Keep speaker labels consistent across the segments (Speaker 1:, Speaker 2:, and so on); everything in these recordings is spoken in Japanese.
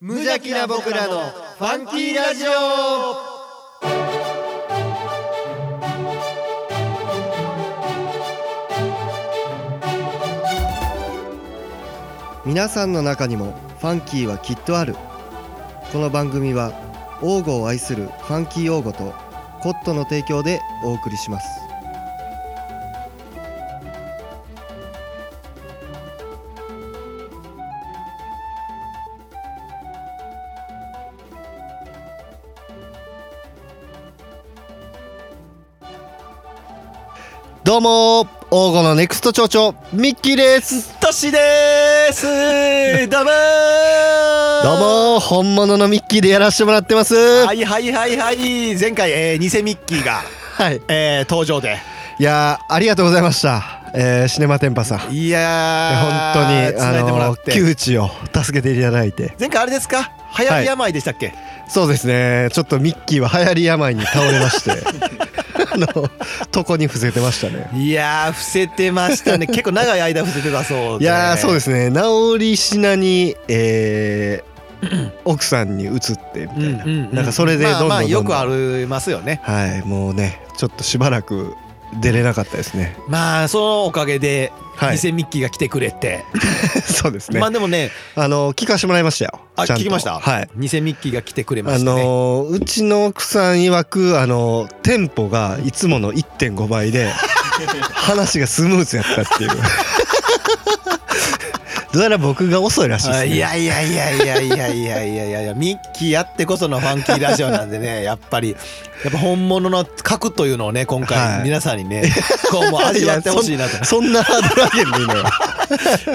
Speaker 1: 無邪気な僕らのファンキーラジオ
Speaker 2: 皆さんの中にもファンキーはきっとあるこの番組は王吾を愛するファンキー王吾とコットの提供でお送りしますどうも王吾のネクスト町長ミッキーです
Speaker 1: トシですどうもー
Speaker 2: どうもー本物のミッキーでやらせてもらってますは、
Speaker 1: はいいはいはいはい前回、えー、偽ミッキーが、えー、登場で
Speaker 2: いやーありがとうございました、えー、シネマテンパさんい
Speaker 1: い
Speaker 2: や
Speaker 1: や
Speaker 2: 本
Speaker 1: ー
Speaker 2: 当にあ
Speaker 1: 繋いでもら
Speaker 2: の
Speaker 1: って
Speaker 2: ー窮地を助けていただいて
Speaker 1: 前回あれですか流行り病でしたっけ、
Speaker 2: そうですねちょっとミッキーは流行り病に倒れ ましてあの床に伏せてましたね
Speaker 1: い、やー伏せてました ね結構長い間伏せてたそう
Speaker 2: い
Speaker 1: で、
Speaker 2: やーそうですすね治り品に えー奥さんに移ってみたいな、なんかそれでどんどんどんどん、
Speaker 1: まあ、まあよくありますよね
Speaker 2: はいもうねちょっとしばらく出れなかったで すね
Speaker 1: まあそのおかげで
Speaker 2: はい
Speaker 1: 偽ミッキーが来てくれて、
Speaker 2: そうですね
Speaker 1: まあでもね
Speaker 2: あの聞かしてもらいましたよ。
Speaker 1: あ
Speaker 2: ちゃんと
Speaker 1: 聞きました、
Speaker 2: はい。
Speaker 1: 偽ミッキーが来てくれま
Speaker 2: あ
Speaker 1: したね、
Speaker 2: のうちの奥さん曰くあのテンポがいつもの1.5倍で 話がスムーズやったっていう。どうやら僕が遅いらしいです
Speaker 1: あ
Speaker 2: ね。
Speaker 1: いやいやいやいやいやいやいやいやいやミッキーやってこそのファンキーラジオなんでねやっぱりやっぱ本物の核というのをね今
Speaker 2: は
Speaker 1: 回
Speaker 2: い
Speaker 1: 皆さんにね、こうもう味わってほしいなと
Speaker 2: そんそんなハードル上げるのいいのよ。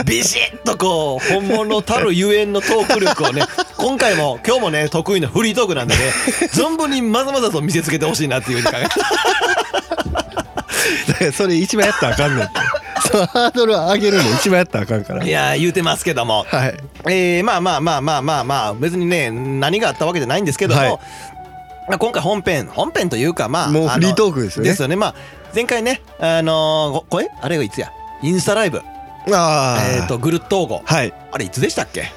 Speaker 1: ビシッとこう本物たるゆえんのトーク力をね今回も今日もね得意のフリートークなんでね存分にまざまざと見せつけてほしいなっていうふうに考えて
Speaker 2: だ からそれ一番やったらあかんねん って。そのハードル上げるの一番やったらあかんから。
Speaker 1: いやー言うてますけども
Speaker 2: はい。
Speaker 1: えー、まあまあまあまあまあまあ別にね何があったわけじゃないんですけども、
Speaker 2: はい
Speaker 1: まあ、今回本編本編というかまあ
Speaker 2: もうフリートークで
Speaker 1: です
Speaker 2: よね。
Speaker 1: ですよねまあ前回ねあのーごこれあれがいつやインスタライブ
Speaker 2: ああ。
Speaker 1: えー、とぐるっと応募
Speaker 2: はい。
Speaker 1: あれいつでしたっけ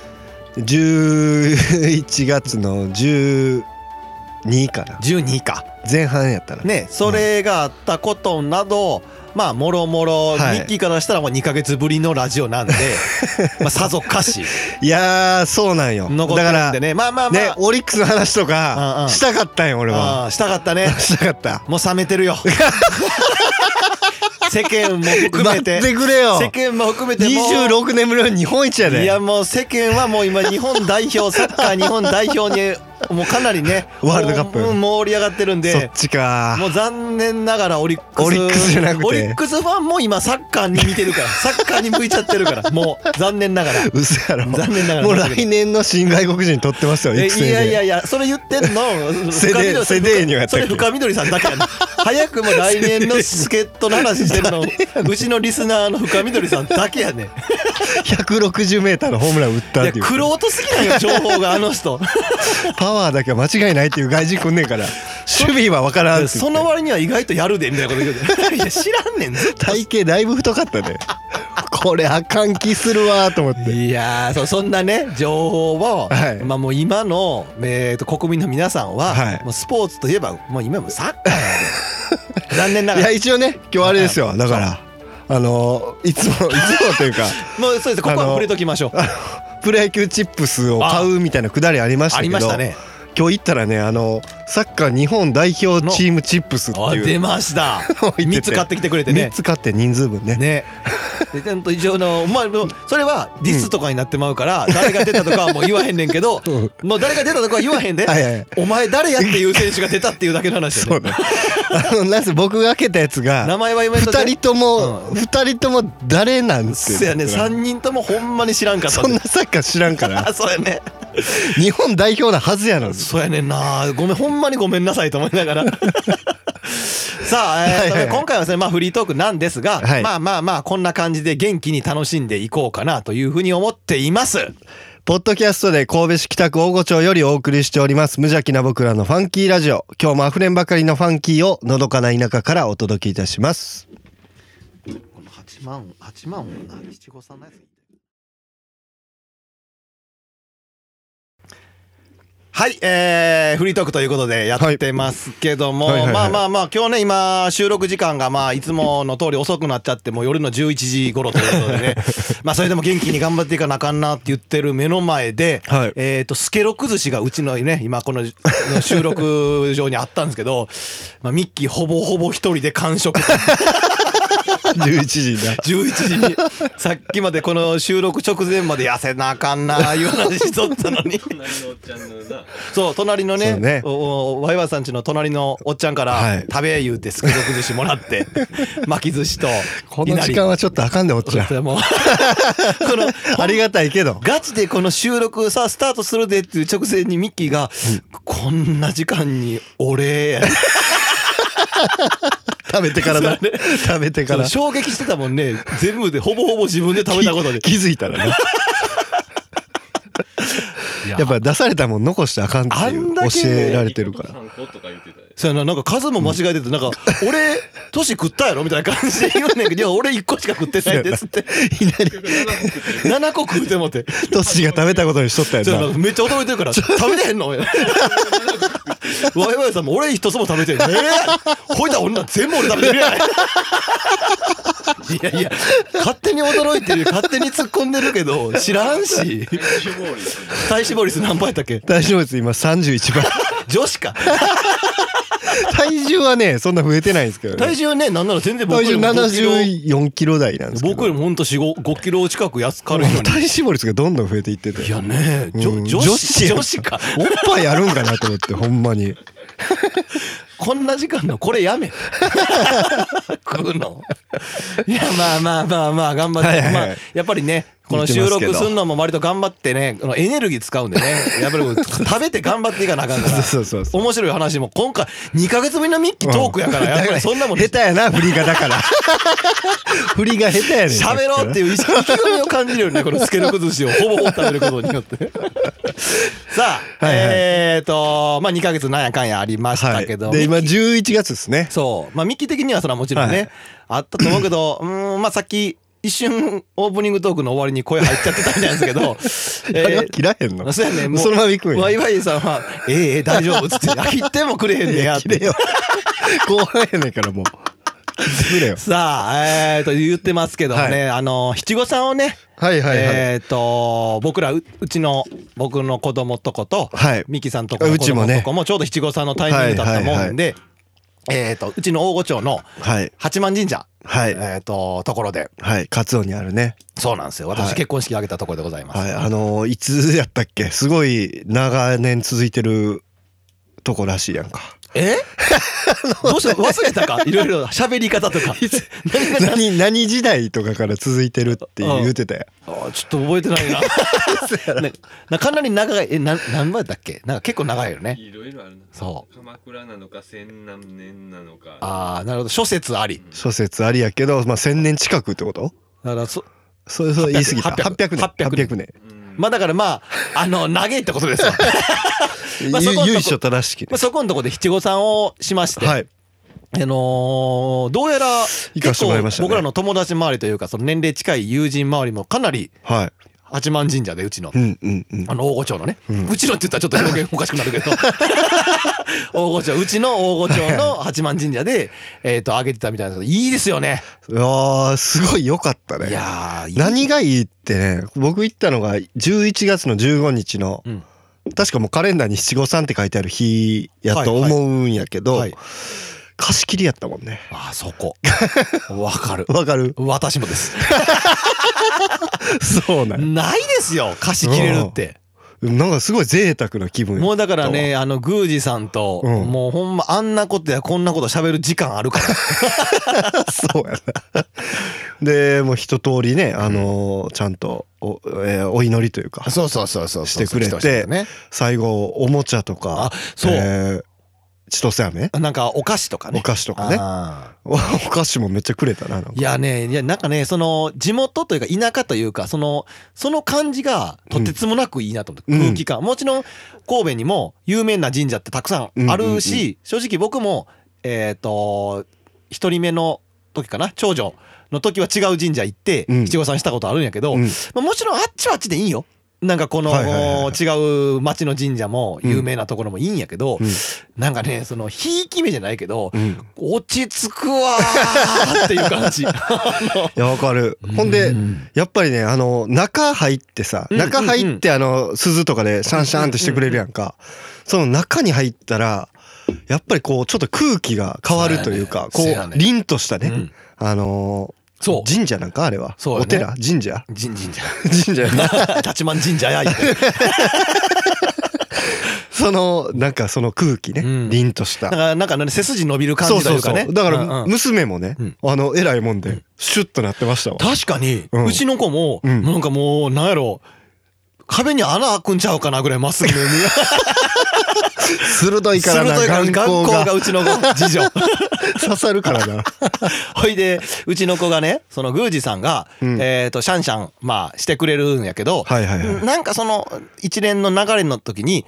Speaker 2: 11月の12かな
Speaker 1: 12位か
Speaker 2: 前半やったら
Speaker 1: ねそれがあったことなどまあもろもろミ
Speaker 2: はい
Speaker 1: ッキーからしたらもう2か月ぶりのラジオなん でまあさぞかし
Speaker 2: いやーそうなんよ
Speaker 1: 残っ
Speaker 2: だ
Speaker 1: て
Speaker 2: か
Speaker 1: るん
Speaker 2: ら
Speaker 1: で
Speaker 2: ね
Speaker 1: ねまあまあまあ
Speaker 2: オリックスの話と
Speaker 1: うんう
Speaker 2: か
Speaker 1: ん
Speaker 2: したかったんよ俺は
Speaker 1: あーしたかったね
Speaker 2: したかった
Speaker 1: もう冷めてる よ世間も含
Speaker 2: 待
Speaker 1: め
Speaker 2: っててくれよ
Speaker 1: 世間も含めてもう
Speaker 2: 26年ぶりの日本一や
Speaker 1: いや
Speaker 2: で
Speaker 1: もう世間はもう今日本代表サッカー日本代表にもうかなりね
Speaker 2: ワールドカップ
Speaker 1: もううん盛り上がってるん
Speaker 2: そっ
Speaker 1: で
Speaker 2: ちか
Speaker 1: もう残念ながらオリックス
Speaker 2: オリックスじゃなくて
Speaker 1: オリックスファンも今サッカーに見てるからサッカーに向いちゃってるからもう残念なが ら
Speaker 2: うそやろ
Speaker 1: 残念ながら
Speaker 2: もう来年の新外国人取ってますよ
Speaker 1: え
Speaker 2: 育成
Speaker 1: いやいや
Speaker 2: で
Speaker 1: いやそれ言ってんの
Speaker 2: セデー
Speaker 1: 深緑さん
Speaker 2: セデーニョやった
Speaker 1: そ
Speaker 2: っけ
Speaker 1: れ深緑さんだけやな早くも来年の助っ人の話して るのうちのリスナーの深緑さんだけやねんい
Speaker 2: 160メーターのホームラン打ったっ
Speaker 1: や
Speaker 2: ていう
Speaker 1: クロートすぎなんよ情報があの人
Speaker 2: パワーだけは間違いないっていう外人来んね えから守備は分からんって言
Speaker 1: そ
Speaker 2: って
Speaker 1: の割には意外とやるでみたいなこと言う ていや知らんねんずっと
Speaker 2: 体型だいぶ太かったね これあかん気するわーと思って
Speaker 1: いやーそそんなね情報を、
Speaker 2: はい
Speaker 1: まあ、もう今の、えー、と国民の皆さんは、
Speaker 2: はい
Speaker 1: もうスポーツといえばもう今もサッカーや で残念ないがら
Speaker 2: や一応ね今日あれですよだからあのー いつもいつもというか
Speaker 1: もうそうですここは触れときましょうあ
Speaker 2: プロ野球チップスを買うみたいなくだりありましたけ
Speaker 1: りまし
Speaker 2: ど
Speaker 1: たね
Speaker 2: 今日行ったらねあのサッカー日本代表チームチップスって
Speaker 1: あ
Speaker 2: い
Speaker 1: 出
Speaker 2: う
Speaker 1: ました
Speaker 2: 置いてて
Speaker 1: 3つ買ってきてくれて
Speaker 2: 3
Speaker 1: ね
Speaker 2: つ買って人数分ね
Speaker 1: ねでちゃんと一応のまあでもそれはディスとかになってまうから、誰が出たとかはもう言わへんねんけど、
Speaker 2: う
Speaker 1: もう誰が出たとかは言わへんで、
Speaker 2: はいはいはい
Speaker 1: お前誰やっていう選手が出たっていうだけの話
Speaker 2: そ
Speaker 1: で、
Speaker 2: う
Speaker 1: ね、
Speaker 2: ねあのなんせ僕が開けたやつ
Speaker 1: 名
Speaker 2: が
Speaker 1: 前は言わんと
Speaker 2: 2人と
Speaker 1: う
Speaker 2: も
Speaker 1: ん
Speaker 2: 2人とも誰なんて
Speaker 1: そうやね3人ともほんまに知らんかった
Speaker 2: そんなサッカー知らん から
Speaker 1: あそうやね
Speaker 2: 日本代表なはずやのに
Speaker 1: そうやねんなごめんほんまにごめんなさいと思いながら さあ、えーとね
Speaker 2: はいはいはい
Speaker 1: 今回はですね、まあ、フリートークなんですが、
Speaker 2: はい
Speaker 1: まあまあまあこんな感じで元気に楽しんでいこうかなというふうに思っています
Speaker 2: ポッドキャストで神戸市北区大御町よりお送りしております無邪気な僕らのファンキーラジオ今日もあふれんばかりのファンキーをのどかな田舎からお届けいたします
Speaker 1: この8万8万七五三のやつはい、えー、フリートークということでやってますけども、
Speaker 2: はいはいはい
Speaker 1: ま
Speaker 2: は
Speaker 1: あ
Speaker 2: い
Speaker 1: まあまあ、今日ね、今、収録時間が、まあ、いつもの通り遅くなっちゃって、もう夜の11時頃ということで ね、まあ、それでも元気に頑張っていかなあかんなって言ってる目の前で、
Speaker 2: はい
Speaker 1: えっ、と、スケロク寿司がうちのね、今、このの収録上にあったんですけど、 まあ、ミッキーほぼほぼ一人で完食。
Speaker 2: 11時だ
Speaker 1: 11時にさっきまでこの収録直前まで痩せなあかんなあいう話しとったのにそう隣のね
Speaker 2: そうね
Speaker 1: おおワイワイさんちの隣のおっちゃんから「
Speaker 2: はい
Speaker 1: 食べ」言うてすくどく寿司もらって 巻き寿司と
Speaker 2: こ
Speaker 1: い
Speaker 2: の
Speaker 1: な
Speaker 2: 時
Speaker 1: り
Speaker 2: 間はちょっとあかんでおっちゃん
Speaker 1: それもこの
Speaker 2: ありがたいけど
Speaker 1: ガチでこの収録さスタートするでっていう直前にミッキーが「こんな時間に俺」
Speaker 2: 食べてからだ食べてから
Speaker 1: 衝撃してたもんね全部でほぼほぼ自分で食べたことで
Speaker 2: 気づいたらね
Speaker 1: いや
Speaker 2: やっぱ出されたもん残してあかんってい
Speaker 1: あん
Speaker 2: う
Speaker 1: だけ
Speaker 2: 教
Speaker 1: ね
Speaker 2: えられてるから
Speaker 3: 三個とか言ってたよ
Speaker 1: そうやな、なんか数も間違えてて、なんか、俺、年食ったやろみたいな感じで言うねんけど、いや、俺1個しか食ってないですって。
Speaker 2: いなり
Speaker 3: 結局七個食ってる
Speaker 1: 7個食うてもって。
Speaker 2: トッシーが食べたことにしとった
Speaker 1: そうや
Speaker 2: よ
Speaker 1: なめっちゃ驚いてるから、食べてへんのワイワイさんも俺一つも食べてん。えー、ほいた女全部俺食べてるやん。いやいや、勝手に驚いてる、勝手に突っ込んでるけど、知らんし。
Speaker 3: 体重肪率
Speaker 1: 体脂肪率何倍やったっけ
Speaker 2: な体重物今31番
Speaker 1: 女子か。
Speaker 2: 体重はねそんな増えてないんですけど
Speaker 1: 体
Speaker 2: ね
Speaker 1: 重ね、なんなら全然僕
Speaker 2: 体
Speaker 1: よ
Speaker 2: 重
Speaker 1: りも5キロ
Speaker 2: 74キロ台なんですけど
Speaker 1: 僕よりもほんと4、5 5キロ近く安軽いのに
Speaker 2: 体。脂肪率がどんどん増えていってて
Speaker 1: いやね、じ
Speaker 2: う
Speaker 1: ょ
Speaker 2: ん
Speaker 1: 女
Speaker 2: 女
Speaker 1: 子
Speaker 2: 子
Speaker 1: 女子か。
Speaker 2: おっぱいあるんかなと思ってほんま に
Speaker 1: こんな時間のこれやめ。食うの。いや、まあまあまあまあ、頑張って。
Speaker 2: はいはいはい
Speaker 1: まあ、やっぱりね、この収録すんのも割と頑張ってね、このエネルギー使うんで ね、やっぱりこう食べて頑張っていかなあかんから。
Speaker 2: そうそうそう
Speaker 1: 面白い話も今回、2ヶ月ぶりのミッキートークやから、やっぱりそんなもん。
Speaker 2: 下手やな振りがだから 振りが下手やねん
Speaker 1: 喋ろうっていう意識意気込みを感じるよね、このスケロク寿司をほぼほぼ食べることによ って。さあ、
Speaker 2: はいはい
Speaker 1: えっ、と、まあ2ヶ月なんやかんやありまし
Speaker 2: は
Speaker 1: た
Speaker 2: い
Speaker 1: けど、
Speaker 2: で今11月ですね
Speaker 1: そう。まあ、ミッキー的にはそれはもちろんね、
Speaker 2: はい
Speaker 1: あったと思うけど、うーん、まあ、さっき、一瞬、オープニングトークの終わりに声入っちゃってたみたいなんです けど、
Speaker 2: あれは切らへんの
Speaker 1: そうやね、もう、
Speaker 2: そのまま行くんや
Speaker 1: ワイワイさんは、ええええ大丈夫っつって、あ切ってもくれへん ねやっ
Speaker 2: 切れ
Speaker 1: て。
Speaker 2: よ後半やねん からもう切れよ
Speaker 1: さあ、えー、と、言ってますけどもね、あの、七五三をね、
Speaker 2: はいはいはい、
Speaker 1: えっ、と、僕らう、うちの、僕の子供とこと、
Speaker 2: はい
Speaker 1: ミキさんとこの
Speaker 2: う
Speaker 1: 子
Speaker 2: ちも
Speaker 1: 供
Speaker 2: ね
Speaker 1: とこも、ちょうど七五三のタイミングだったもんで、えっ、と、うちの大御町の
Speaker 2: はい
Speaker 1: 八幡神社、
Speaker 2: はい
Speaker 1: えっ、と、ところで、
Speaker 2: はいカツオにあるね
Speaker 1: そうなんですよ。
Speaker 2: は
Speaker 1: 私
Speaker 2: い
Speaker 1: 結婚式挙げたところでございます。
Speaker 2: はいあのーいつやったっけすごい長年続いてるとこらしいやんか
Speaker 1: えどうした忘れたかいろいろ喋り方と か。何が
Speaker 2: 何 何時代とかから続いてるって言うてたやん
Speaker 1: あちょっと覚えてない な。ねなかなり長い、え、な何番だっけなんか結構長いよね。
Speaker 3: いろいろあるな
Speaker 1: そ
Speaker 3: 鎌倉なのか千何年なのか
Speaker 1: ああ、なるほど。諸説あり。
Speaker 2: 諸説ありやけど、まあ、1,000年近くってこと
Speaker 1: だからそ、
Speaker 2: それそれ言い過ぎた
Speaker 1: 800 800
Speaker 2: 800年
Speaker 1: 年
Speaker 2: 800年
Speaker 3: うん
Speaker 1: まあだからまあ、あの、長いってこと ですよ。まあそこのとこ
Speaker 2: ゆ由緒正しき
Speaker 1: まあ
Speaker 2: ね
Speaker 1: そこのとこで七五三をしまして。
Speaker 2: はい
Speaker 1: あのーどうやら、
Speaker 2: 行かせ
Speaker 1: 結
Speaker 2: てもらいまし
Speaker 1: 構
Speaker 2: たね
Speaker 1: 僕らの友達周りというか、その年齢近い友人周りもかなり
Speaker 2: はい
Speaker 1: 八幡神社でうちの
Speaker 2: う。んうんうん
Speaker 1: あの大御町のね、う
Speaker 2: うん
Speaker 1: ちのって言ったらちょっと表現おかしくなるけ ど大御町うちの大御町の八幡神社でえっとあげてたみたいなんですけどいいですよね
Speaker 2: うわーすごい良かったね
Speaker 1: いやーいい
Speaker 2: 何がいいってね僕行ったのが11月の15日の、
Speaker 1: うん
Speaker 2: 確かもうカレンダーに七五三って書いてある日やと思うんやけど、
Speaker 1: はい
Speaker 2: 貸し切りやったもん ね
Speaker 1: あーそ こわかる
Speaker 2: わかる
Speaker 1: 私もです
Speaker 2: そうなんや
Speaker 1: ないですよ貸し切れるって
Speaker 2: なんかすごい贅沢な気分や
Speaker 1: もうだからねあの宮司さんと
Speaker 2: うん
Speaker 1: もうほんまあんなことやこんなこと喋る時間あるから
Speaker 2: そうやなでもう一通りねあのーちゃんとお,、えーお祈りというか
Speaker 1: そうそうそうそう
Speaker 2: してくれて
Speaker 1: ね
Speaker 2: 最後おもちゃと
Speaker 1: あ
Speaker 2: か
Speaker 1: そう
Speaker 2: えー千歳飴
Speaker 1: なんかお菓子とかね
Speaker 2: お菓子とかね
Speaker 1: あー
Speaker 2: お菓子もめっちゃくれたななんか
Speaker 1: いやね、いやなんかね、その地元というか田舎というか、その、その感じがとてつもなくいいなと思って、
Speaker 2: うん
Speaker 1: 空気感。もちろん神戸にも有名な神社ってたくさんあるし、
Speaker 2: うんう
Speaker 1: 正直僕も、えっ、と、一人目の時かな、長女の時は違う神社行って、
Speaker 2: うん
Speaker 1: 七五三したことあるんやけど、
Speaker 2: うん
Speaker 1: まあもちろんあっちはあっちでいいよ。なんかこの、
Speaker 2: はいはいはいはい
Speaker 1: 違う町の神社も有名なところもいいんやけど、
Speaker 2: うん
Speaker 1: なんかねそのひいき目じゃないけど、
Speaker 2: うん、い
Speaker 1: 落ち着くわーっていう感じ
Speaker 2: やわかる ほんでやっぱりねあの中入ってさ
Speaker 1: うん
Speaker 2: 中入ってあの鈴とかでシャンシャンってしてくれるやんかその中に入ったらやっぱりこうちょっと空気が変わるというか
Speaker 1: そ
Speaker 2: こ
Speaker 1: うやね
Speaker 2: う凛とした
Speaker 1: う
Speaker 2: ね
Speaker 1: ん
Speaker 2: あのー
Speaker 1: そう
Speaker 2: 神社なんかあれは
Speaker 1: そうやね
Speaker 2: お寺神社
Speaker 1: 神神社
Speaker 2: 神社やな
Speaker 1: 立ち神社や 言うて
Speaker 2: そのなんかその空気
Speaker 1: う
Speaker 2: ね
Speaker 1: ん
Speaker 2: 凛とし
Speaker 1: なん
Speaker 2: た
Speaker 1: かなんかね背筋伸びる感じというかね
Speaker 2: だか
Speaker 1: うん
Speaker 2: ら
Speaker 1: うん
Speaker 2: 娘もね
Speaker 1: うん
Speaker 2: あの偉いもんでシュッとなってましたわ
Speaker 1: 確かに、
Speaker 2: う
Speaker 1: うんちの子も、
Speaker 2: うん
Speaker 1: なんかもうなんやろ壁に穴開くんちゃうかなぐらいまっすぐ に
Speaker 2: 鋭いからな
Speaker 1: 鋭いから
Speaker 2: 眼
Speaker 1: 眼
Speaker 2: 光
Speaker 1: 光が
Speaker 2: が
Speaker 1: うちの子次女
Speaker 2: 刺さるからな
Speaker 1: ほいでうちの子がねその宮司さんが、
Speaker 2: うん
Speaker 1: えー、とシャンシャン、まあ、してくれるんやけど、
Speaker 2: はいはいはい
Speaker 1: なんかその一連の流れの時に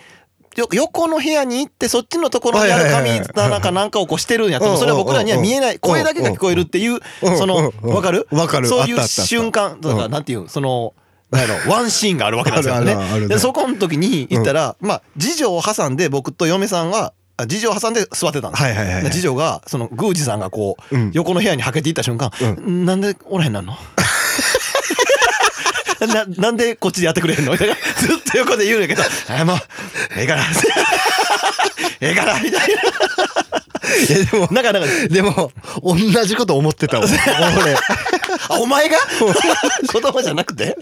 Speaker 1: よ横の部屋に行ってそっちのところにある
Speaker 2: はいはいはいはい
Speaker 1: 紙棚かなんかをこうしてるんやと
Speaker 2: うんうん
Speaker 1: それは僕らには見えない
Speaker 2: うんうん
Speaker 1: 声だけが聞こえるっていう
Speaker 2: うん
Speaker 1: その
Speaker 2: うん
Speaker 1: わかる
Speaker 2: わかる
Speaker 1: そうい
Speaker 2: あっ
Speaker 1: う
Speaker 2: たあったあった
Speaker 1: 瞬間とか
Speaker 2: うん
Speaker 1: なんていうそのなんやろワンシーンがあるわけなんですよ
Speaker 2: あるあるある
Speaker 1: ね。
Speaker 2: ね
Speaker 1: でそこの時に行ったらまあ次女を挟んで僕と嫁さんはあ次女を挟んで座ってたんですよ
Speaker 2: はいはいはいはい
Speaker 1: で次女がその宮司さんがこう
Speaker 2: うん
Speaker 1: 横の部屋にはけていった瞬間
Speaker 2: う
Speaker 1: なんでおらへんなんの ななんでこっちでやってくれへんのみたいなずっと横で言うんやけど「あもうええから ええから」みたい
Speaker 2: いやでも
Speaker 1: ななんかなんか
Speaker 2: でも同じこと思ってたわ 俺
Speaker 1: 「あお前が子供じゃなくて?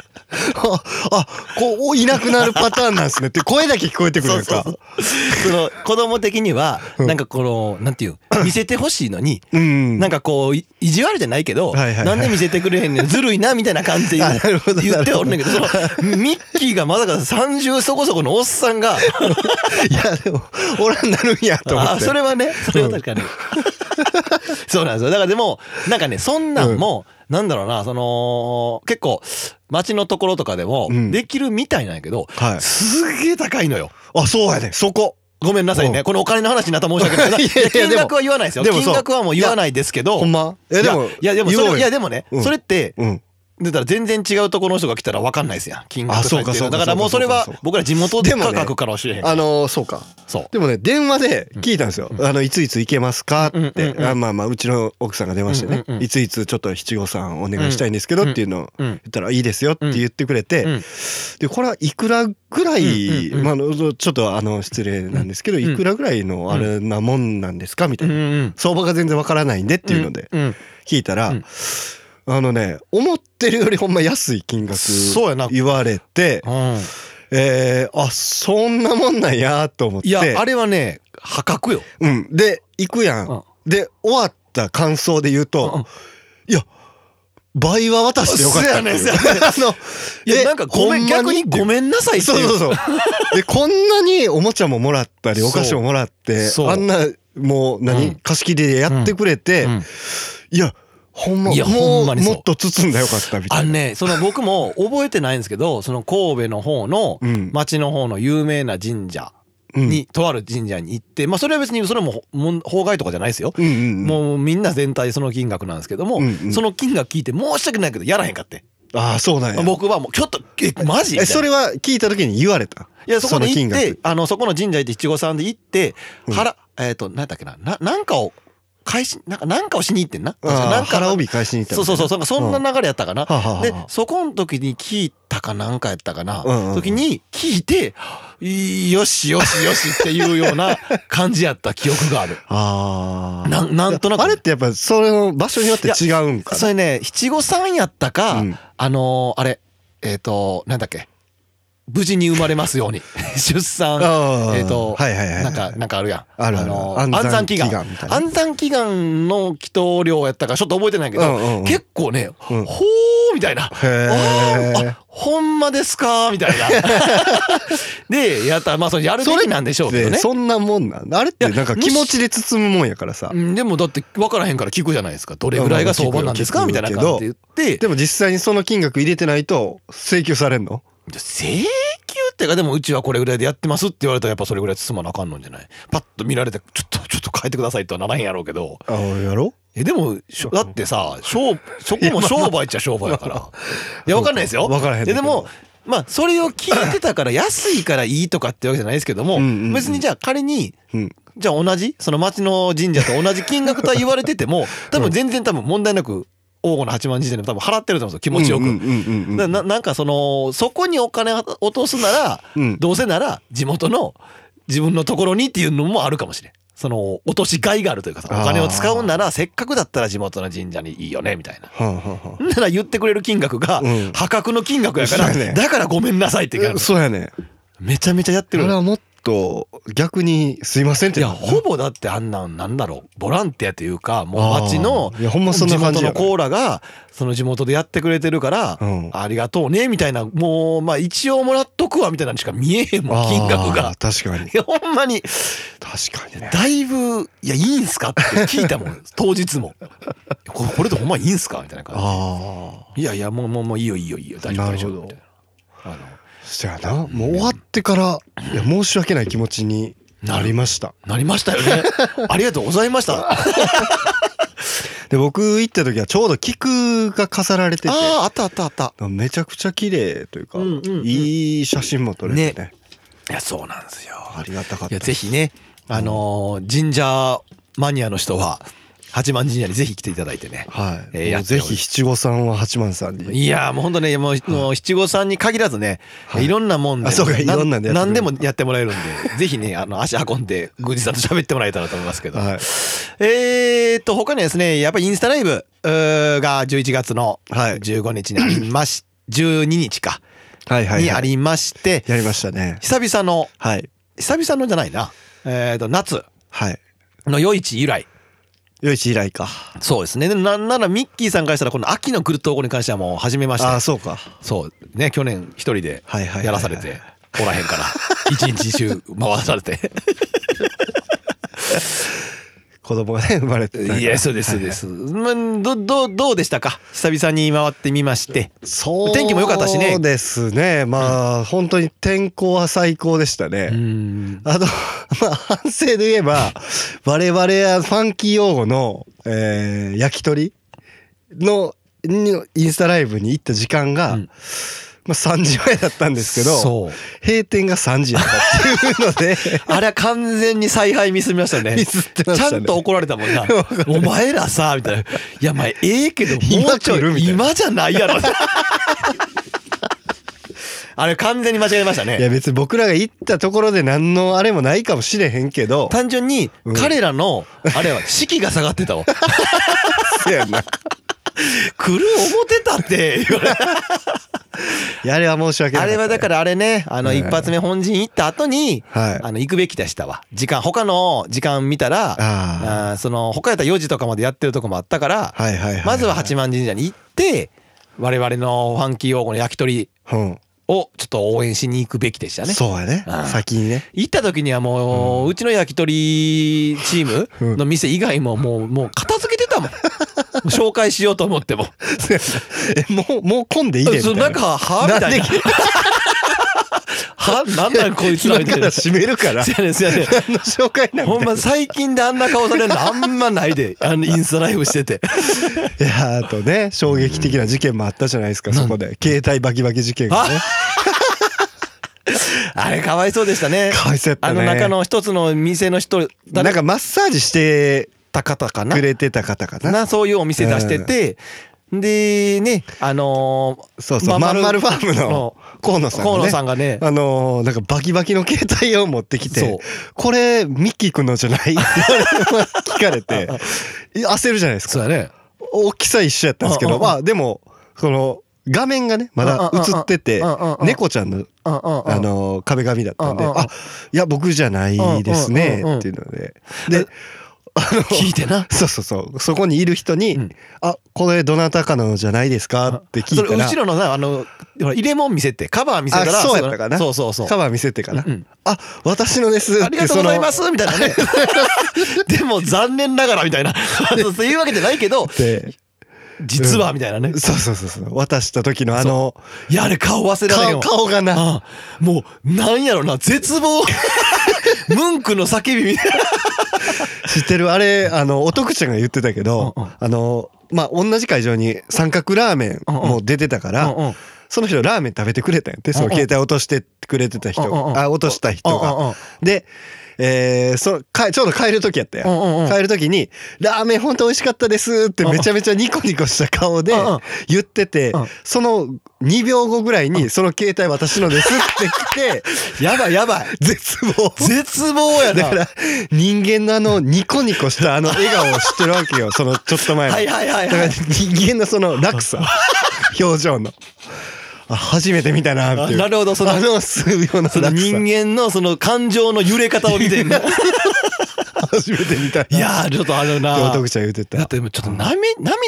Speaker 2: ああこういなくなるパターンなんですねって声だけ聞こえて」くる
Speaker 1: そ
Speaker 2: や
Speaker 1: うんそ
Speaker 2: か
Speaker 1: うそうその子供的にはなんかこのなんていう見せてほしいのに
Speaker 2: うん
Speaker 1: なんかこうい意地悪じゃないけど、
Speaker 2: はいはいはい
Speaker 1: なんで見せてくれへんねんずるいなみたいな感じで言う
Speaker 2: あ なるほど
Speaker 1: 言っておるんだけどそのミッキーがまさか30そこそこのおっさんが
Speaker 2: いやでもおらんなるんやと思っ
Speaker 1: あ
Speaker 2: て
Speaker 1: それはねそれは確か に、そうなんですよだからでもなんかねそんなんも、なんだろうなその結構街のところとかでも
Speaker 2: うん
Speaker 1: できるみたいなんやけど、
Speaker 2: はい
Speaker 1: すげえ高いのよ。
Speaker 2: あそうやねそこ
Speaker 1: ごめんなさいね。このお金の話になったら申し訳ない
Speaker 2: いやいやでも
Speaker 1: 金額は言わないですよ。
Speaker 2: でも
Speaker 1: 金
Speaker 2: そう
Speaker 1: 額はもう言わないですけど。
Speaker 2: ほんまい
Speaker 1: いや
Speaker 2: や
Speaker 1: で
Speaker 2: で
Speaker 1: もいやでも
Speaker 2: も
Speaker 1: そ
Speaker 2: 言おう
Speaker 1: れ
Speaker 2: よ
Speaker 1: いやでもね、
Speaker 2: うん
Speaker 1: それって
Speaker 2: うん
Speaker 1: 出たら全然違うところの人が来たら分かんないですやん金額
Speaker 2: あそう
Speaker 1: とっ
Speaker 2: か
Speaker 1: てい
Speaker 2: そうか
Speaker 1: だからもうそれは
Speaker 2: そうかそうか
Speaker 1: 僕ら地元
Speaker 2: で
Speaker 1: で
Speaker 2: も
Speaker 1: 価
Speaker 2: ね
Speaker 1: 格からは知れへん
Speaker 2: あのーそうか
Speaker 1: そう
Speaker 2: でもね電話で聞いたんですよ「あのいついつ行けますか?」って、
Speaker 1: うんうんうん
Speaker 2: あまあまあうちの奥さんが電話してね「
Speaker 1: うんうんうん
Speaker 2: いついつちょっと七五三お願いしたいんですけど」っていうのを
Speaker 1: うん
Speaker 2: 言ったら「いいですよ」って言ってくれて、
Speaker 1: うん
Speaker 2: でこれはいくらぐらい、
Speaker 1: うんうんうん
Speaker 2: まああの、ちょっとあの失礼なんですけど、
Speaker 1: ん
Speaker 2: いくらぐらいのあれなもんなんですかみた
Speaker 1: う
Speaker 2: い
Speaker 1: ん
Speaker 2: な、
Speaker 1: うん
Speaker 2: 相場が全然わからないんでっていうので
Speaker 1: うん
Speaker 2: 聞いたら、
Speaker 1: うん
Speaker 2: あのね思ってるよりほんま安い金額
Speaker 1: そうやな
Speaker 2: 言われて、
Speaker 1: うん
Speaker 2: えー、あそんなもんなんやと思って
Speaker 1: いやあれはね破格よ
Speaker 2: うん、で行くやん、
Speaker 1: うん
Speaker 2: で終わった感想で言うと、いや倍は渡してよかったっていう
Speaker 1: そうやねんそうやねん
Speaker 2: あ の
Speaker 1: いや
Speaker 2: え
Speaker 1: なんかごめん
Speaker 2: ほんま
Speaker 1: 逆にごめんなさいって
Speaker 2: そう
Speaker 1: い
Speaker 2: そううそうでこんなにおもちゃももらったりお菓子ももらって
Speaker 1: そう
Speaker 2: あんなもう何、
Speaker 1: うん
Speaker 2: 貸し切りでやってくれて、
Speaker 1: うん
Speaker 2: いやほんま
Speaker 1: いや
Speaker 2: も
Speaker 1: ほ
Speaker 2: うん
Speaker 1: まにそう
Speaker 2: もっと包んだよかったみた
Speaker 1: あ
Speaker 2: い
Speaker 1: の
Speaker 2: な。
Speaker 1: ねその僕も覚えてないんですけどその神戸の方の
Speaker 2: うん
Speaker 1: 町の方の有名な神社にとある神社に行ってまあそれは別にそれももん法外とかじゃないですよ
Speaker 2: うんうんうん、
Speaker 1: もうみんな全体その金額なんですけども、
Speaker 2: うんうん
Speaker 1: その金額聞いて申し訳ないけどやらへんかって、
Speaker 2: ああそうなんや
Speaker 1: 僕はもうちょっとえマジみたいな
Speaker 2: えそれは聞いた時に言われた
Speaker 1: いやそこで
Speaker 2: の
Speaker 1: 行
Speaker 2: 金
Speaker 1: っ
Speaker 2: 額
Speaker 1: てあのそこの神社行って七五三で行って
Speaker 2: うん
Speaker 1: 腹、えっ、と何だっけなななんかを返しなんかなんかをしに行ってんな
Speaker 2: ああ
Speaker 1: なんか
Speaker 2: 腹帯返しに行った
Speaker 1: そうそうそうなんかそんな流れやったかな、
Speaker 2: はあはあはあ
Speaker 1: でそこの時に聞いたかなんかやったかな、
Speaker 2: うんうんうん
Speaker 1: 時に聞いていよしよしよしっていうような感じやった記憶がある
Speaker 2: ああ
Speaker 1: なんなんとなく
Speaker 2: あれってやっぱそれの場所によって違うんか
Speaker 1: それね七五三やったか、
Speaker 2: うん
Speaker 1: あのーあれえっ、となんだっけ無事に生まれますよ うに出産
Speaker 2: あー
Speaker 1: えっ、と、
Speaker 2: はいはいはい
Speaker 1: なんかなんかあるやん
Speaker 2: あるある
Speaker 1: のー
Speaker 2: 安
Speaker 1: 安
Speaker 2: 産
Speaker 1: 産祈
Speaker 2: 祈願
Speaker 1: 願
Speaker 2: みたいな
Speaker 1: 安産祈願の祈祷料やったかちょっと覚えてないけど、
Speaker 2: うんうんうん
Speaker 1: 結構ね、
Speaker 2: うん
Speaker 1: ほーみたいな。
Speaker 2: へー
Speaker 1: あーあほんまですかみたい な。で、やった、まあ、それやるべきなんでしょうけど
Speaker 2: で
Speaker 1: ね。
Speaker 2: そんなもんなんあれってなんか気持ちで包むもんやからさ
Speaker 1: うんでもだって分からへんから聞くじゃないですか。どれぐらいが相場なんです
Speaker 2: ま
Speaker 1: か
Speaker 2: あま
Speaker 1: み
Speaker 2: あ
Speaker 1: た
Speaker 2: 聞
Speaker 1: い
Speaker 2: く
Speaker 1: な
Speaker 2: け
Speaker 1: 感
Speaker 2: ど
Speaker 1: じで言って。
Speaker 2: でも実際にその金額入れてないと請求されんの
Speaker 1: 請求ってかでもうちはこれぐらいでやってますって言われたらやっぱそれぐらい包まなあかんのんじゃないパッと見られてちょっとちょっと変えてくださいとはならへんやろうけど
Speaker 2: ああやろ
Speaker 1: えでもしょだってさ商そこも商売っちゃ商売だからいやわかんないですよ
Speaker 2: わからへん
Speaker 1: いやでもまあそれを聞いてたから安いからいいとかってわけじゃないですけども
Speaker 2: うんうんうん
Speaker 1: 別にじゃあ仮に
Speaker 2: うん
Speaker 1: じゃあ同じその町の神社と同じ金額とは言われてても多分全然多分問題なく黄金の八幡神社でも多分払ってると思うんですよ気持ちよく。
Speaker 2: うんうんうんうんうん
Speaker 1: なななんかそのそこにお金は落とすなら、
Speaker 2: うん
Speaker 1: どうせなら地元の自分のところにっていうのもあるかもしれんその落としがいがあるというかさお
Speaker 2: あー
Speaker 1: 金を使うならせっかくだったら地元の神社にいいよねみたいな。
Speaker 2: はあはあはあ
Speaker 1: なら言ってくれる金額が
Speaker 2: うん
Speaker 1: 破格の金額やから、
Speaker 2: そうやね
Speaker 1: だからごめんなさいって言う
Speaker 2: え
Speaker 1: から
Speaker 2: そうやね
Speaker 1: めちゃめちゃやって
Speaker 2: あ
Speaker 1: る
Speaker 2: れはもっと逆にすいませんっ
Speaker 1: い
Speaker 2: て
Speaker 1: や
Speaker 2: な
Speaker 1: ほぼだってあんなんなんだろうボランティアというかもう町の
Speaker 2: あーいやほんまそん
Speaker 1: 地
Speaker 2: な感じ
Speaker 1: 元
Speaker 2: や
Speaker 1: の
Speaker 2: から
Speaker 1: コーラがその地元でやってくれてるから、
Speaker 2: うん
Speaker 1: ありがとうねみたいなもうまあ一応もらっとくわみたいなのしか見えへんもん金額
Speaker 2: あ
Speaker 1: が
Speaker 2: ー。確かに
Speaker 1: いやほんまに
Speaker 2: 確かにね
Speaker 1: だいぶ「いやいいんすか?」って聞いたも ん当日も「これこれでほんまいいんすか?」みたいな感
Speaker 2: ああ
Speaker 1: じ「いやいやもうもうもういいよいいよいいよ大丈夫
Speaker 2: な
Speaker 1: 大
Speaker 2: る
Speaker 1: 丈
Speaker 2: ほ
Speaker 1: 夫」
Speaker 2: ど
Speaker 1: みたいなあの
Speaker 2: そやなもう終わってからいや申し訳ない気持ちになりました
Speaker 1: なりましたよ ねありがとうございましたあ
Speaker 2: で僕行った時はちょうど菊が飾られてて
Speaker 1: ああったあったあった
Speaker 2: めちゃくちゃ綺麗というか、
Speaker 1: うんうんうん
Speaker 2: いい写真も撮れてね
Speaker 1: いやそうなんですよ
Speaker 2: ありがたかっ
Speaker 1: い
Speaker 2: た
Speaker 1: やぜひね、あのー神社マニアの人は八幡神社にぜひ来ていただいてね。
Speaker 2: はい、
Speaker 1: えーや
Speaker 2: も
Speaker 1: っ
Speaker 2: う
Speaker 1: てお
Speaker 2: ぜ
Speaker 1: り
Speaker 2: ひ七五三は八幡さんに
Speaker 1: いやーもう本当ねもうもう七五三に限らずね、
Speaker 2: はい
Speaker 1: い、ろんなもんで
Speaker 2: あそうかいろんなんでやってくれる
Speaker 1: 何でもやってもらえるん でぜひねあの足運んで宮司さんと喋ってもらえたらと思いますけど、
Speaker 2: はい
Speaker 1: えー、っと他にはですねやっぱりインスタライブうーが11月の
Speaker 2: はい
Speaker 1: 15日にありま し、12日か
Speaker 2: はいはい、
Speaker 1: にあ
Speaker 2: はい、
Speaker 1: りまして、
Speaker 2: やりましたね
Speaker 1: 久々の
Speaker 2: はい
Speaker 1: 久々のじゃないな、えー、と夏
Speaker 2: はい
Speaker 1: の夜市以来
Speaker 2: よいし以来か
Speaker 1: そうですね。でなんならミッキーさんからしたらこの秋の来る投稿に関してはもう始めまし
Speaker 2: ああ
Speaker 1: た
Speaker 2: そうか
Speaker 1: そうね去年一人で
Speaker 2: はいはいはいはい
Speaker 1: やらされておらへん から一日一周回されて
Speaker 2: 子供がね生ま れてたから
Speaker 1: いやそうですそうです、まあどどうどうでしたか久々に回ってみまして
Speaker 2: そう
Speaker 1: 天気も良かったしね
Speaker 2: そうですねまあ、本当に天候は最高でしたね、
Speaker 1: うん
Speaker 2: あと、 まあ、反省で言えば、我々はファンキー用語の、えー焼き鳥の、にインスタライブに行った時間が、
Speaker 1: うん
Speaker 2: まあ3時前だったんですけど、
Speaker 1: そう
Speaker 2: 閉店が3時だったっていう ので、
Speaker 1: あれは完全に采配ミスりましたね
Speaker 2: ミスってまし
Speaker 1: ち
Speaker 2: たね
Speaker 1: ゃんと怒られたもんな お前らさみたいないやまあええけどもうちょ
Speaker 2: 今来るみ
Speaker 1: い
Speaker 2: たいな
Speaker 1: 今じゃない やろあれ完全に間違えましたね
Speaker 2: いや別に僕らが行ったところで何のあれもないかもしれへんけ ど、
Speaker 1: 単純に
Speaker 2: うん
Speaker 1: 彼らの、あれは士気が下がってたわ
Speaker 2: せやな。
Speaker 1: 来る思ってたって言われ
Speaker 2: いやあれは申し訳 な
Speaker 1: あ
Speaker 2: い。
Speaker 1: れはだからあれねあの
Speaker 2: うん
Speaker 1: 一発目本陣行った後に、
Speaker 2: はい
Speaker 1: あの行くべきでしたわ時間他の時間見たら
Speaker 2: あ
Speaker 1: あーその他やったら4時とかまでやってるとこもあったから、
Speaker 2: はいはいはい。
Speaker 1: まずは八幡神社に行って我々のファンキー用語の焼き鳥
Speaker 2: うん。
Speaker 1: をちょっと応援しに行くべきでしたね
Speaker 2: そうやね
Speaker 1: あ。ー
Speaker 2: 先にね。
Speaker 1: 行った時にはもう、うちの焼き鳥チームの店以外ももうもう片付けてたも ん紹介しようと思っても
Speaker 2: せやなえ、もう、もう混んでいいでみた
Speaker 1: そ
Speaker 2: いうな。
Speaker 1: なんか、はみたいな。はなんなんこいつらみ
Speaker 2: 今
Speaker 1: た
Speaker 2: か
Speaker 1: いな。
Speaker 2: ら
Speaker 1: す
Speaker 2: 閉めるから
Speaker 1: やね んす やねん。
Speaker 2: 何の紹介なん
Speaker 1: ほんま最近であんな顔されるのあんまない で、あのインスタライブしてて。
Speaker 2: いやあとね衝撃的な事件もあったじゃないですかそこで携帯バキバキ事件がね
Speaker 1: あれかわいそうでしたね。
Speaker 2: かわいそうやった
Speaker 1: あの
Speaker 2: ね
Speaker 1: 中の一つの店の人、
Speaker 2: な
Speaker 1: 誰
Speaker 2: んかマッサージして
Speaker 1: た方かな
Speaker 2: く。れてた方かな
Speaker 1: な、そういうお店出してて、でね、あのー、
Speaker 2: そうそうまんまるファームの河野さんがね
Speaker 1: 河野さんがね
Speaker 2: あのーなんかバキバキの携帯を持ってき
Speaker 1: そう
Speaker 2: てこれミッキーくんのじゃないって言われて聞かれていや焦るじゃないです
Speaker 1: そう
Speaker 2: か
Speaker 1: やね。
Speaker 2: 大きさ一緒やったんですけ
Speaker 1: うんう
Speaker 2: ど
Speaker 1: んうん
Speaker 2: まあでもその画面がねまだ映ってて
Speaker 1: うんうんうんうん
Speaker 2: 猫ちゃんの
Speaker 1: うんうんうん
Speaker 2: あのー壁紙だったんで「
Speaker 1: うんうんうん
Speaker 2: あいや僕じゃないです
Speaker 1: うんうん
Speaker 2: ね
Speaker 1: うんうん」
Speaker 2: っていうのでであの
Speaker 1: 聞いてな。
Speaker 2: そうそうそうそこにいる人に「
Speaker 1: うん
Speaker 2: あこれどなたかのじゃないですか?」って聞
Speaker 1: そ
Speaker 2: い
Speaker 1: れ
Speaker 2: たら
Speaker 1: 後ろのな、あの、ほら入れ物見せて、カバー見せたら、
Speaker 2: あそうやったかな
Speaker 1: そうそうそう。
Speaker 2: カバー見せてかな「
Speaker 1: うんうん
Speaker 2: あ私のです」って
Speaker 1: ありがとうございますすみたいなね。 でも残念ながらみた いな。そういうわけじゃないけど、
Speaker 2: で
Speaker 1: 実はみたいなね。
Speaker 2: そうそうそうそう渡した時のあの
Speaker 1: いや、あれ顔忘れられん
Speaker 2: 顔
Speaker 1: わ。
Speaker 2: 顔がな
Speaker 1: ああもう、なんやろな、絶 望。ムンクの叫びみたいな。
Speaker 2: 知ってるあれあのお徳ちゃんが言ってたけど
Speaker 1: うんうん
Speaker 2: あのまあ同じ会場に三角ラーメンも出てたから
Speaker 1: うんうん
Speaker 2: その人ラーメン食べてくれたんやってその携帯落としてくれてた人
Speaker 1: うんうん
Speaker 2: あ落とした人
Speaker 1: うん
Speaker 2: が。で、えーそかちょうど帰る時やったやん
Speaker 1: うんうんうん
Speaker 2: 帰る時に「ラーメンほんと美味しかったです」ってめちゃめちゃニコニコした顔で
Speaker 1: うんうん
Speaker 2: 言ってて
Speaker 1: うん
Speaker 2: その2秒後ぐらいに「その携帯私のです」って来 て
Speaker 1: やばいやばい。
Speaker 2: 絶 望
Speaker 1: 絶望や
Speaker 2: だか
Speaker 1: な。
Speaker 2: ら人間のあのニコニコしたあの笑顔を知ってるわけよそのちょっと前の
Speaker 1: はいはいはい
Speaker 2: だか
Speaker 1: は
Speaker 2: ら
Speaker 1: い。
Speaker 2: 人間のその落差表情のあ初めて見たなっていう
Speaker 1: あなるほどその
Speaker 2: あの数秒の落
Speaker 1: その
Speaker 2: 差
Speaker 1: 人間のその感情の揺れ方を見 てんの
Speaker 2: 初めて見たない
Speaker 1: やーちょっとある
Speaker 2: って
Speaker 1: な。
Speaker 2: 男ちゃん言って
Speaker 1: だ
Speaker 2: た
Speaker 1: ってもうちょっと涙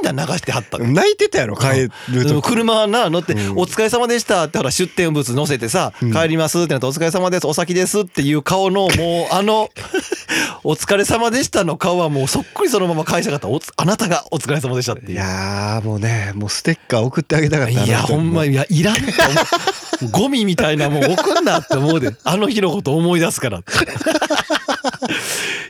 Speaker 1: 涙流してはったから
Speaker 2: 泣いてたやろ帰る
Speaker 1: でも
Speaker 2: と
Speaker 1: 車な乗って
Speaker 2: う
Speaker 1: 「
Speaker 2: ん
Speaker 1: お疲れ様でした」ってほら出店物乗せてさ「
Speaker 2: ん
Speaker 1: 帰ります」ってなって「お疲れ様ですお先です」っていう顔のもうあの 「お疲れ様でした」の顔はもうそっくりそのまま会社があったおつあなたがお疲れ様でしたって
Speaker 2: い
Speaker 1: いう。
Speaker 2: やーもうねもうステッカー送ってあげたかったない
Speaker 1: やほんまいやいらんと思うゴミみたいなもん送んなって思うであの日のこと思い出すからって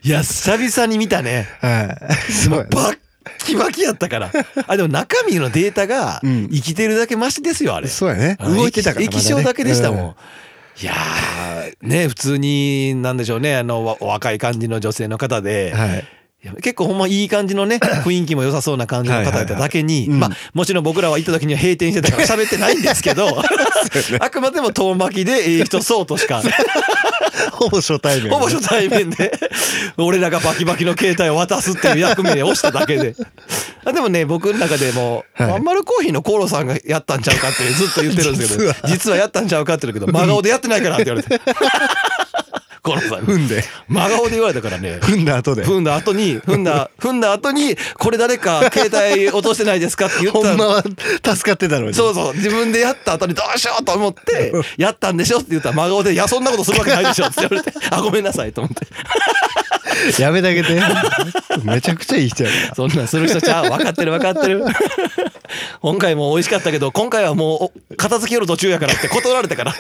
Speaker 1: いや久々に見たね
Speaker 2: はいそうやね
Speaker 1: バッキバキやったからあでも中身のデータが
Speaker 2: うん
Speaker 1: 生きてるだけマシですよあれ
Speaker 2: そうやね
Speaker 1: あの
Speaker 2: 動いてたから
Speaker 1: 液液晶だけでしたもん。
Speaker 2: うん
Speaker 1: いやーね普通になんでしょうねあのわお若い感じの女性の方で、
Speaker 2: はい
Speaker 1: いや結構ほんまいい感じの ね雰囲気も良さそうな感じの方やっただけに、
Speaker 2: はいはいはいうん
Speaker 1: まあもちろん僕らは行った時には閉店してたから喋ってないんです けどあくまでも遠巻きでええ人そうとし か
Speaker 2: ほぼ初対面
Speaker 1: ほぼ初対面 で俺らがバキバキの携帯を渡すっていう役目を押しただけであでもね僕の中でも
Speaker 2: はい
Speaker 1: まんまるコーヒーのコーロさんがやったんちゃうかってずっと言ってるんですけど 実はやったんちゃうかって言うけど真顔でやってないからって言われて コーロさんに
Speaker 2: 踏んで
Speaker 1: 真顔で言われたからね
Speaker 2: 踏んだ後で
Speaker 1: 踏んだ後に踏んだ踏んだ後にこれ誰か携帯落としてないですかって言った
Speaker 2: ほんま
Speaker 1: の
Speaker 2: は助かってたのに
Speaker 1: そうそう自分でやった後にどうしようと思ってやったんでしょって言ったら真顔で「いやそんなことするわけないでしょ」って言われて「あごめんなさい」と思って
Speaker 2: やめてあげて。めちゃくちゃいい人やな。
Speaker 1: そんなんする人ちゃう分かってる分かってる 今回も美味しかったけど今回はもうお片付けよる途中やからって断られた から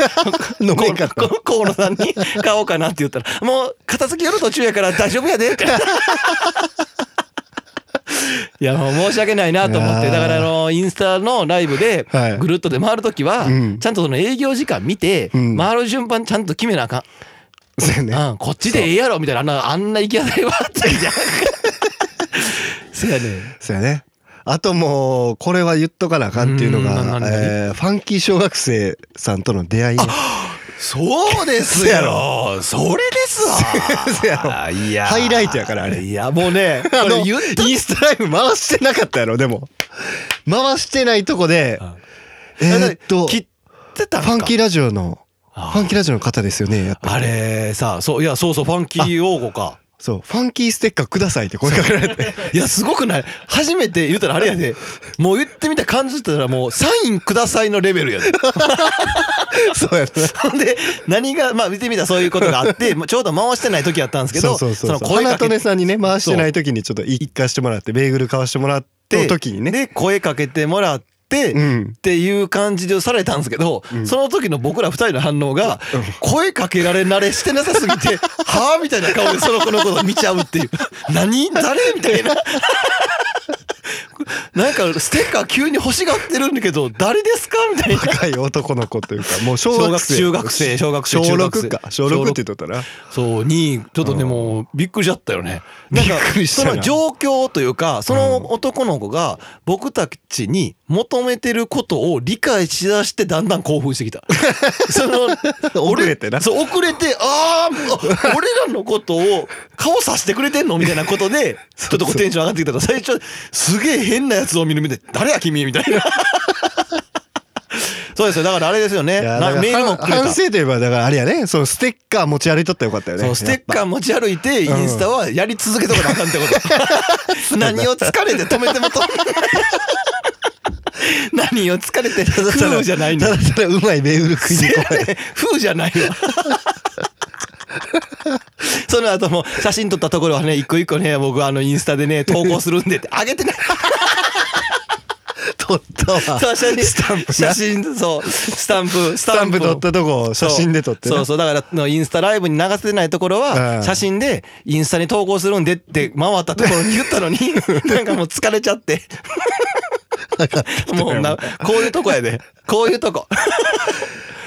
Speaker 2: 飲めんかった
Speaker 1: ここ河野さんに買おうかなって言ったらもう片付けよる途中やから大丈夫やでって いやもう申し訳ないなと思っ
Speaker 2: い
Speaker 1: て
Speaker 2: やー
Speaker 1: だからあのインスタのライブで
Speaker 2: はい
Speaker 1: ぐるっとで回る時は
Speaker 2: うん
Speaker 1: ちゃんとその営業時間見て
Speaker 2: うん
Speaker 1: 回る順番ちゃんと決めなあかん
Speaker 2: そうやね。
Speaker 1: うん、こっちでええやろみたいなあんなあんな行き当たりはあった じゃん せやねん
Speaker 2: そうやね。あともう、これは言っとかなあかんっていう
Speaker 1: う
Speaker 2: の
Speaker 1: んな
Speaker 2: が
Speaker 1: な、な
Speaker 2: えーファンキー小学生さんとの出会いね。
Speaker 1: そうですよ。それですわ。
Speaker 2: そうやろ
Speaker 1: あいや
Speaker 2: ハイライトやからあれ
Speaker 1: いや、もう ね、こ
Speaker 2: あ
Speaker 1: れ
Speaker 2: の、
Speaker 1: 言っ
Speaker 2: インスタライブ回してなかったやろ、でも。回してないとこで
Speaker 1: うん、
Speaker 2: えーっと、
Speaker 1: 切
Speaker 2: フ
Speaker 1: ってたんか
Speaker 2: ァンキーラジオの、フ
Speaker 1: あー
Speaker 2: ァンキーラジオの方ですよね、やっぱ
Speaker 1: あ
Speaker 2: り。
Speaker 1: れさ、そう、いや、そうそう、ファンキー用語か。
Speaker 2: そう、ファンキーステッカーくださいって声かけられて。
Speaker 1: いや、すごくない初めて言うたらあれやで。もう言ってみた感じたらもう、サインくださいのレベルや で。
Speaker 2: そうやろな。
Speaker 1: ほんで、何が、まあ見てみたらそういうことがあって、 ちょうど回してない時やったんですけ
Speaker 2: そ
Speaker 1: ど、
Speaker 2: うそうそう
Speaker 1: の
Speaker 2: そう。
Speaker 1: 声
Speaker 2: 花
Speaker 1: かけ
Speaker 2: とねさんにね、回してない時にちょっと一回してもらって、ベーグル買わしてもらった時にね。
Speaker 1: で、声かけてもらって、
Speaker 2: うん
Speaker 1: っ。ていう感じでされたんですけど、その時の僕ら二人の反応が、声かけられ慣れしてなさすぎて、はぁみたいな顔でその子のことを見ちゃうっていう。何誰みたいな。なんかステッカー急に欲しがってるんだけど、誰ですかみたいな。
Speaker 2: 若い男の子というかもう小
Speaker 1: 小
Speaker 2: 学
Speaker 1: 学
Speaker 2: 生
Speaker 1: 生、中学生、小学生、
Speaker 2: 小
Speaker 1: 中学生
Speaker 2: 6か小6って言っとったな
Speaker 1: そうにちょっとね
Speaker 2: うん
Speaker 1: もうびっくりしちゃったよね。 なんか
Speaker 2: びっくりし
Speaker 1: そ
Speaker 2: たな
Speaker 1: の状況というかその男の子が僕たちに求めてることを理解しだしてだんだん興奮してき た。その
Speaker 2: 遅れてな
Speaker 1: 俺そう遅れてあーあ俺らのことを顔さしてくれてんのみたいなこと でちょっとこうテンション上がってきたから最初すげえ変なやつを見るみたい誰や君みたい な。そうですよだからあれですよね。
Speaker 2: いや
Speaker 1: な
Speaker 2: だから
Speaker 1: メールもくれた
Speaker 2: 反。省といえばだからあれやねそのステッカー持ち歩いとったらよかったよね
Speaker 1: そうステッカー持ち歩いてインスタはやり続けとかなあかんって こと、何を疲れて止めても止め何を疲れて風じゃないんだ
Speaker 2: ただただうまいベーグル食いに行こう
Speaker 1: 風じゃないわ その後も写真撮ったところはね一個一個ね僕はあのインスタでね投稿するんでってあげてない
Speaker 2: 撮ったわ
Speaker 1: そう写真
Speaker 2: スタンプな
Speaker 1: 写真そうスタンプス
Speaker 2: スタンプ撮ったとこを
Speaker 1: そ
Speaker 2: 写
Speaker 1: う
Speaker 2: 真で撮ってな
Speaker 1: そうそうだからのインスタライブに流せてないところ
Speaker 2: う
Speaker 1: は
Speaker 2: ん
Speaker 1: 写真でインスタに 投稿するんでって回ったところに言ったのになんかもう疲れちゃってもうな、こういうとこやで。こういうとこ。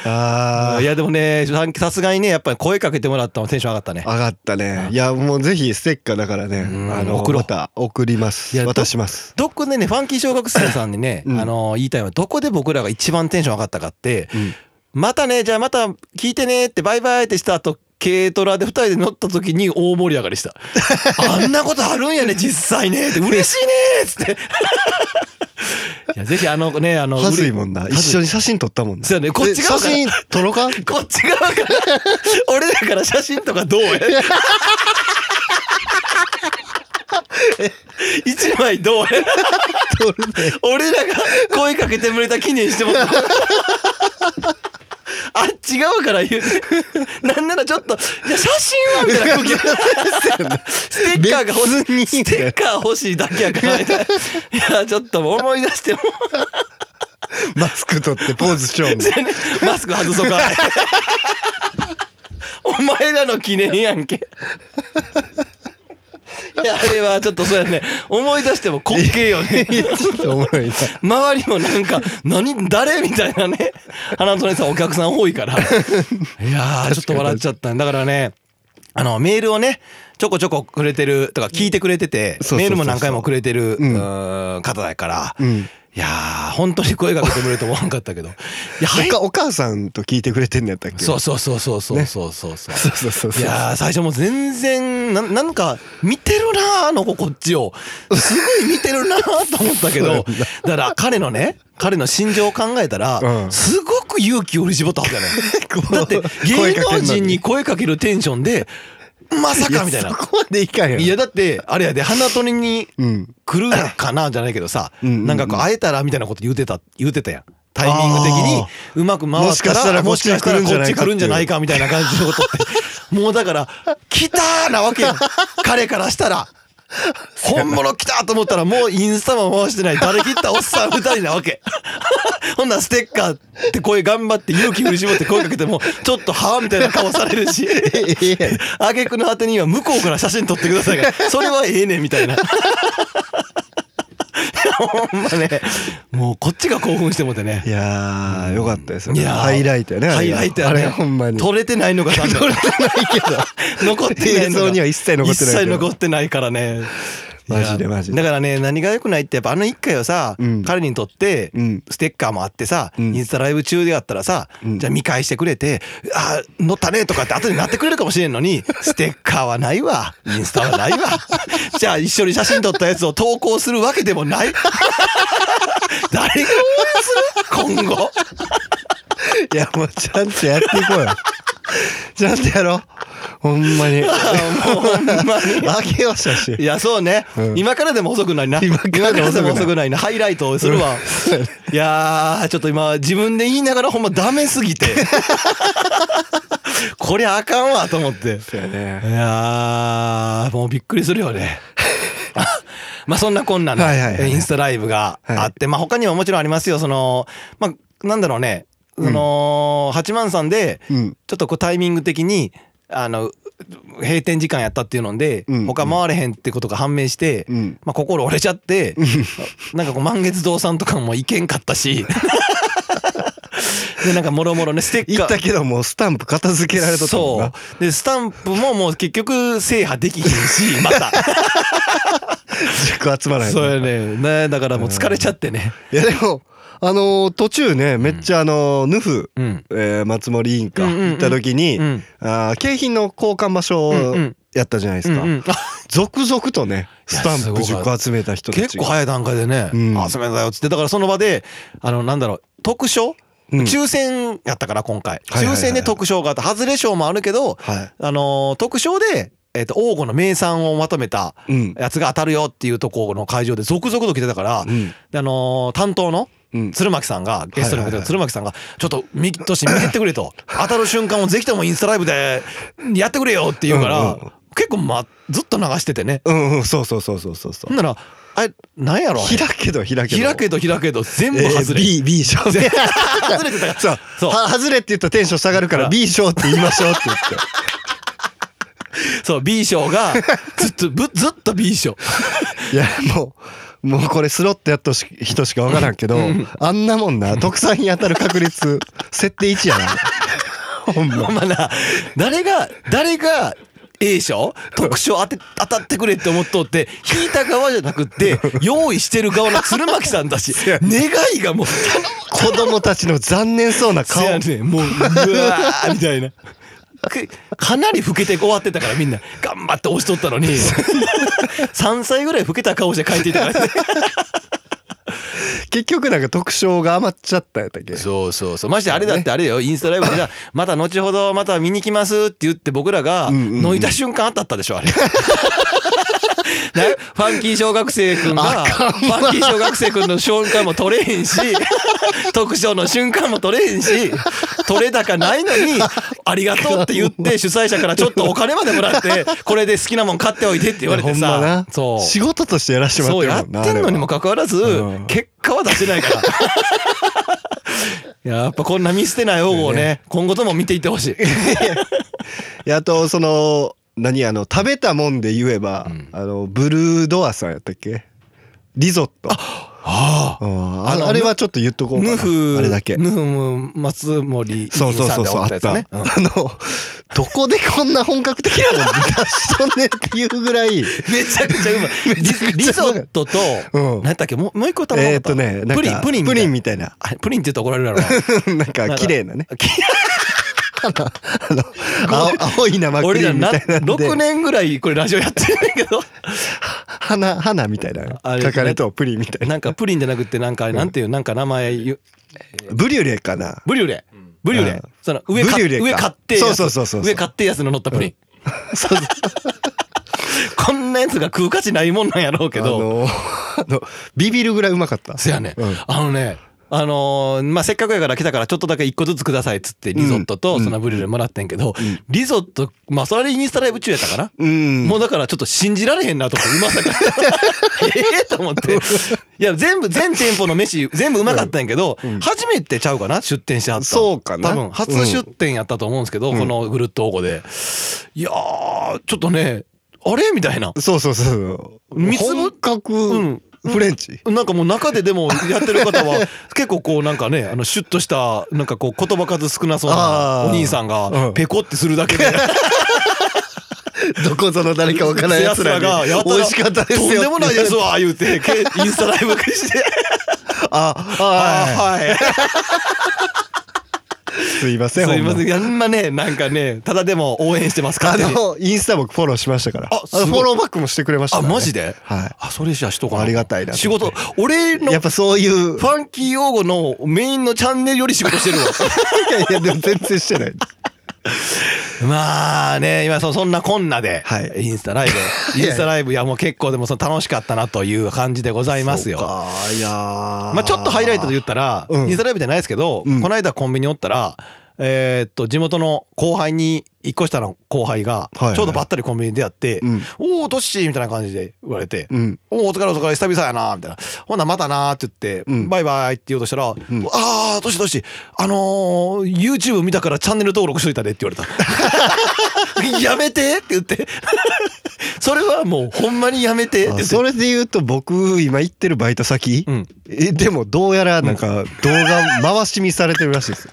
Speaker 2: あ
Speaker 1: い
Speaker 2: ー
Speaker 1: や、でもね、さんさすがにね、やっぱり声かけてもらったのテンション上がったね。
Speaker 2: 上がったねいやもうぜひステッカーだからね
Speaker 1: うん
Speaker 2: あの
Speaker 1: 送ろう
Speaker 2: また送ります
Speaker 1: いや
Speaker 2: 渡します
Speaker 1: どこでね、ファンキー小学生さんにね、
Speaker 2: うん
Speaker 1: あのー言いたいのは、どこで僕らが一番テンション上がったかって、またね、じゃあまた聞いてねってバイバイってした後、軽トラで二人で乗った時に大盛り上がりした。 あんなことあるんやね、実際ねって、嬉しいねっ つって。いや、ぜひあのね、あの、
Speaker 2: はずいもんな
Speaker 1: うれ
Speaker 2: 一緒に写真撮ったもんな
Speaker 1: そうやねこっち側
Speaker 2: え写真撮ろうか
Speaker 1: こっち側から、俺だから写真とかどう や一枚どうや
Speaker 2: 撮るね
Speaker 1: 俺らが声かけてくれた記念してもらうあっち側から言うなんならちょっと「いや写真は」みたいな空気ステッカーが欲しい
Speaker 2: 別に
Speaker 1: ステッカー欲しいだけやからみたいないやちょっと思い出しても
Speaker 2: マスク取ってポーズしようもん
Speaker 1: マスク外そうかお前らの記念やんけいやあれはちょっとそうやね思い出しても滑稽よね
Speaker 2: いやちょっ とおもろいな
Speaker 1: 周りもなんか何誰みたいなね花園さんお客さん多いからいやーちょっと笑っちゃっただからねあのメールをねちょこちょこくれてるとか聞いてくれてて
Speaker 2: そうそうそうそう
Speaker 1: メールも何回もくれてる、
Speaker 2: うん
Speaker 1: うーん方だから、
Speaker 2: う
Speaker 1: い
Speaker 2: ん
Speaker 1: やー本当に声かけてくれると思わんかったけどいや
Speaker 2: お
Speaker 1: はい
Speaker 2: かお母さんと聞いてくれてんのやったっけ
Speaker 1: そうそうそうそうそうそうそうそう
Speaker 2: そうそうそうそう
Speaker 1: いやー最初もう全然ななんか見てるなーあの子こっちをすごい見てるなーと思ったけ どだから彼のね彼の心情を考えたら、
Speaker 2: うん
Speaker 1: すごく勇気を振り絞ったは ずやねだって
Speaker 2: 声
Speaker 1: 芸
Speaker 2: か
Speaker 1: 能
Speaker 2: けんのに
Speaker 1: 人に声かけるテンションでまさかみたいな。い
Speaker 2: そ
Speaker 1: や
Speaker 2: こまでいかんよ
Speaker 1: だってあれやで花鳥に
Speaker 2: うん
Speaker 1: 来るかなじゃないけどさ、
Speaker 2: うんうんうん
Speaker 1: なんかこう会えたらみたいなこと言うてた言うてたやんタイミング的
Speaker 2: あ
Speaker 1: に
Speaker 2: ー
Speaker 1: うまく回
Speaker 2: も
Speaker 1: っ
Speaker 2: したかした
Speaker 1: ら
Speaker 2: ら
Speaker 1: も
Speaker 2: こっ
Speaker 1: し
Speaker 2: ち
Speaker 1: か
Speaker 2: が
Speaker 1: した
Speaker 2: 来
Speaker 1: ら
Speaker 2: るん
Speaker 1: こ
Speaker 2: じゃ
Speaker 1: っ
Speaker 2: な
Speaker 1: ち
Speaker 2: い
Speaker 1: 来
Speaker 2: かっていう
Speaker 1: るんじゃないかみたいな感じのことってもうだから「来た!」なわけやん彼からしたら。本物来たと思ったらもうインスタも回してない誰切ったおっさん二人なわけ ほんならステッカーって声頑張って勇気振り絞って声かけてもちょっとはあみたいな顔されるし挙句の果てには向こうから写真撮ってくださいがそれはええねんみたいな ほんまね、もうこっちが興奮してもってね
Speaker 2: い。やーよかったですよ
Speaker 1: い
Speaker 2: ね
Speaker 1: やー
Speaker 2: ハイライトやね
Speaker 1: ハイライトやね
Speaker 2: あれほんまに
Speaker 1: 撮れてないのが撮れてないけど 残ってないのが
Speaker 2: 映像には一切残ってな
Speaker 1: 一
Speaker 2: いけ
Speaker 1: 切
Speaker 2: ど
Speaker 1: 残ってないからね
Speaker 2: マジ
Speaker 1: い
Speaker 2: で
Speaker 1: や
Speaker 2: マジで
Speaker 1: だからね何が良くないってやっぱあの一回はさ、
Speaker 2: うん
Speaker 1: 彼にとって
Speaker 2: うん
Speaker 1: ステッカーもあってさ、
Speaker 2: うん
Speaker 1: インスタライブ中でやったらさ、
Speaker 2: うん
Speaker 1: じゃあ見返してくれて「あー乗ったね」とかって後になってくれるかもしれんの にステッカーはないわインスタはないわじゃあ一緒に写真撮ったやつを投稿するわけでもない 誰が応援する今後。
Speaker 2: いやもうちゃんとやっていこう よちゃんとやろうほんまに
Speaker 1: もうほんまに。
Speaker 2: あげよう写真
Speaker 1: いや、そうね、
Speaker 2: うん
Speaker 1: 今からでも遅くないな。
Speaker 2: 今からでも遅くない
Speaker 1: 今遅くないな。ハイライトをするわ。いやー、ちょっと今、自分で言いながらほんまダメすぎ て。こりゃあかんわと思って。
Speaker 2: そうやね
Speaker 1: いやー、もうびっくりするよ ね。まあそんなこんなの、
Speaker 2: はいはいはい
Speaker 1: インスタライブがあって、まあ他にももちろんありますよ。その、まあ、なんだろうね、その、八幡さんで、
Speaker 2: うん
Speaker 1: ちょっとこうタイミング的にあの閉店時間やったっていうので、
Speaker 2: うん
Speaker 1: 他回れへんってことが判明して、
Speaker 2: うん
Speaker 1: まあ、心折れちゃって、なんかこう満月堂さんとかも行けんかったしでなんかもろもろねステッ
Speaker 2: 行
Speaker 1: カー
Speaker 2: ったけどもうスタンプ片付けられとったもん
Speaker 1: そ
Speaker 2: な
Speaker 1: うでスタンプももう結局制覇できひんしま た
Speaker 2: 塾集まらない
Speaker 1: そうやねねだからもう疲れちゃってね
Speaker 2: いやでもあのー途中ねめっちゃあのーヌフ、
Speaker 1: うん
Speaker 2: えー松森委員か
Speaker 1: うんうんうん
Speaker 2: 行った時に、
Speaker 1: うん
Speaker 2: あー景品の交換場所
Speaker 1: うんうん
Speaker 2: やったじゃないですか、
Speaker 1: うんうんあ
Speaker 2: 続々とねスタンプ
Speaker 1: いやすごか
Speaker 2: 10個集めた人た
Speaker 1: 結
Speaker 2: ち
Speaker 1: 構
Speaker 2: が
Speaker 1: 早い段階でね「
Speaker 2: うん
Speaker 1: あすみませんよ」っつってだからその場であのなんだろう特賞
Speaker 2: うん
Speaker 1: 抽選やったから今回
Speaker 2: はいはいはい
Speaker 1: 抽選で特賞があって外れ賞もあるけど、
Speaker 2: は
Speaker 1: あのー特賞で、えっと王吾の名産をまとめた
Speaker 2: い、うん
Speaker 1: やつが当たるよっていうところの会場で続々と来てたから、
Speaker 2: うん
Speaker 1: であのー担当の
Speaker 2: うん
Speaker 1: 鶴巻さんがゲストに来て
Speaker 2: はいはいは
Speaker 1: た
Speaker 2: い
Speaker 1: 鶴巻さんが「ちょっとミキトシ見てってくれ」 と「当たる瞬間をぜひともインスタライブでやってくれよ」って言うから、
Speaker 2: うんうんうん
Speaker 1: 結構、ま、ずっと流しててね。
Speaker 2: うんうんそうそうそうそうそうそ
Speaker 1: ほん
Speaker 2: う
Speaker 1: なら「あれなんやろ?」
Speaker 2: 開けど開けど
Speaker 1: 開けど開けど全部
Speaker 2: え
Speaker 1: 外
Speaker 2: ー、
Speaker 1: れ、
Speaker 2: B B 賞
Speaker 1: 全部外れてたから
Speaker 2: そう
Speaker 1: そう
Speaker 2: は外れって言ったらテンション下がるか
Speaker 1: ほら
Speaker 2: ら B 賞って言いましょうって言っ
Speaker 1: そう B 賞がずっとぶずっと B 賞
Speaker 2: ていやもうもうこれスロットやっとし人しか分からんけど、あんなもんな、特産に当たる確率、設定1やな。 ほんま。
Speaker 1: ほんまな、誰が、誰が、A 賞特賞当て、当たってくれって思っとって、引いた側じゃなくって、用意してる側の鶴巻さんだし、 願いがもう、
Speaker 2: 子供たちの残念そうな
Speaker 1: せ
Speaker 2: 顔。
Speaker 1: やねんもう、うわーみたいな。くかなり老けて終わってたからみんな頑張って押しとった のに3歳ぐらい老けた顔して帰っていたからね
Speaker 2: 結局なんか特賞が余っちゃったやったっけ
Speaker 1: そうそうそうましてあれだってあれよインスタライブで さ「また後ほどまた見に来ます」って言って僕らが
Speaker 2: んうんうん
Speaker 1: 抜いた瞬間当たったでしょあれ。ねファンキー小学生くんがファンキー小学生くんの瞬間も取れへんし特賞の瞬間も取れへんし取れ高ないのに「ありがとう」って言って主催者からちょっとお金までもらってこれで好きなもん買っておいてって言われて
Speaker 2: いやほんま
Speaker 1: さ
Speaker 2: な
Speaker 1: そう
Speaker 2: 仕事としてやらしても
Speaker 1: そう
Speaker 2: ら
Speaker 1: や
Speaker 2: っ
Speaker 1: って
Speaker 2: るもんな。
Speaker 1: てんのにもかかわらず、
Speaker 2: うん
Speaker 1: 結果は出せないから。 いややっぱこんな見捨てない用語をね今後とも見ていってほしい。
Speaker 2: あれは。あと、その、何あの、食べたもんで言えば、あの、ブルードアさんやったっけリゾット。
Speaker 1: あ
Speaker 2: うん
Speaker 1: あの
Speaker 2: ああれはちょっと言っとこうかな。
Speaker 1: ヌフ
Speaker 2: あれだけ。
Speaker 1: ヌフも松森
Speaker 2: そうそうそうそう、あ
Speaker 1: さんで
Speaker 2: った。
Speaker 1: 終わ
Speaker 2: あ
Speaker 1: や
Speaker 2: の、どこでこんな本格的なの出しとんねんっていうぐらい、
Speaker 1: つねうんめちゃくちゃうま い。リリゾットと、
Speaker 2: うん
Speaker 1: 何だっけもうもう一個頼む
Speaker 2: えっとね、なん
Speaker 1: プリン
Speaker 2: か、
Speaker 1: プリン
Speaker 2: プリン
Speaker 1: み
Speaker 2: みたいな。
Speaker 1: たいなあプリンって言うと怒られるだろ
Speaker 2: なんか、綺麗なね。あの、青青い生
Speaker 1: う。
Speaker 2: ク
Speaker 1: 俺
Speaker 2: リー
Speaker 1: ら
Speaker 2: ムみ
Speaker 1: な
Speaker 2: たいなんで
Speaker 1: 6、年ぐらいこれラジオやってるんだけど。
Speaker 2: 花、花みたいな。
Speaker 1: あれ
Speaker 2: かかれとプリンみたいな。
Speaker 1: なんかプリンじゃなくてなんかなんていうなんか名前言う
Speaker 2: ブリュレかな。
Speaker 1: ブリュレ
Speaker 3: うん。
Speaker 1: ブリュレ。
Speaker 2: うん
Speaker 1: その上か
Speaker 2: ブリュレか
Speaker 1: 上買ってやつ。
Speaker 2: そうそうそうそうそう
Speaker 1: 上買ってやつの乗ったプリン。
Speaker 2: そうそう
Speaker 1: こんなやつが食う価値ないもんなんやろうけ
Speaker 2: あ
Speaker 1: ど。
Speaker 2: の、あのビビるぐらいうまかった。
Speaker 1: せやねん
Speaker 2: うん。
Speaker 1: あのね。あのーまあ、せっかくやから来たからちょっとだけ一個ずつくださいっつってリゾットと
Speaker 2: うん
Speaker 1: そのブリュレもらってんけど、リゾットまあそれインスタライブ中やったかな、
Speaker 2: うん。
Speaker 1: もうだからちょっと信じられへんなと思ってうまさが ええと思って いや全部全店舗の飯全部うまかったんやけど、初めてちゃうかな出店してはったの
Speaker 2: そうかな
Speaker 1: 多分初出店やったと思うんですけど、このぐるっとおこでいやーちょっとねあれみたいな
Speaker 2: そうそうそう。
Speaker 1: 三つぶう
Speaker 2: 本
Speaker 1: ん
Speaker 2: 格フレンチ。
Speaker 1: なんかもう中ででもやってる方 は結構こうなんかねあのシュッとしたなんかこう言葉数少なそうな
Speaker 2: あー
Speaker 1: お兄さん
Speaker 2: う
Speaker 1: が
Speaker 2: ん
Speaker 1: ペコってするだ けで
Speaker 2: どこぞの誰か わからんや
Speaker 1: や
Speaker 2: つ
Speaker 1: つ
Speaker 2: ら
Speaker 1: らが
Speaker 2: が
Speaker 1: や、
Speaker 2: 美味しかったですよ。
Speaker 1: とんでもないですわ言うてけインスタライブして
Speaker 2: あ、
Speaker 1: 「
Speaker 2: あ
Speaker 1: あーはい
Speaker 2: あ、すいませ ん。
Speaker 1: すいま
Speaker 2: ほ
Speaker 1: せ
Speaker 2: ん
Speaker 1: ん あんまねなんかねただでも応援してます
Speaker 2: ま
Speaker 1: か
Speaker 2: あ
Speaker 1: ら ね
Speaker 2: の、インスタ僕フォローしましたから。
Speaker 1: あすごい
Speaker 2: のフォローバックもしてくれました
Speaker 1: あ
Speaker 2: からね。
Speaker 1: マジで
Speaker 2: はい。
Speaker 1: あそれじゃしとかな
Speaker 2: ありがたいな
Speaker 1: 仕事俺の
Speaker 2: やっぱそういう。
Speaker 1: フ
Speaker 2: い
Speaker 1: ァンキー用語のメインのチャンネルより仕事してるわ
Speaker 2: やいや、でも全然してない。
Speaker 1: まあね今そそんなこんなで、
Speaker 2: はい
Speaker 1: インスタライブインスタライ ブいやもう結構でもその楽しかったなという感じでございますよ
Speaker 2: ああ、いや
Speaker 1: まあちょっとハイライトで言ったら、
Speaker 2: うん
Speaker 1: インスタライブじゃないですけど、
Speaker 2: うん
Speaker 1: この間コンビニおったらえーっと地元の後輩に一個下の後輩が
Speaker 2: はいはい
Speaker 1: ちょうどばったりコンビニで出会って
Speaker 2: うん
Speaker 1: 「おおトッシー」みたいな感じで言われて
Speaker 2: うん。
Speaker 1: おおお疲れお疲れ久々やな」みたいな「ほなまたな」って言って「
Speaker 2: うん
Speaker 1: バイバイ」って言おうとしたら「
Speaker 2: ん
Speaker 1: ああどしどしあのー、YouTube 見たからチャンネル登録しといたで」って言われ た「やめて」って言って「それはもうほんまにやめて」って
Speaker 2: あ
Speaker 1: 言って
Speaker 2: それで言うと僕今行ってるバイト先、
Speaker 1: うん
Speaker 2: えでもどうやらなんか動画回し見されてるらしいですよ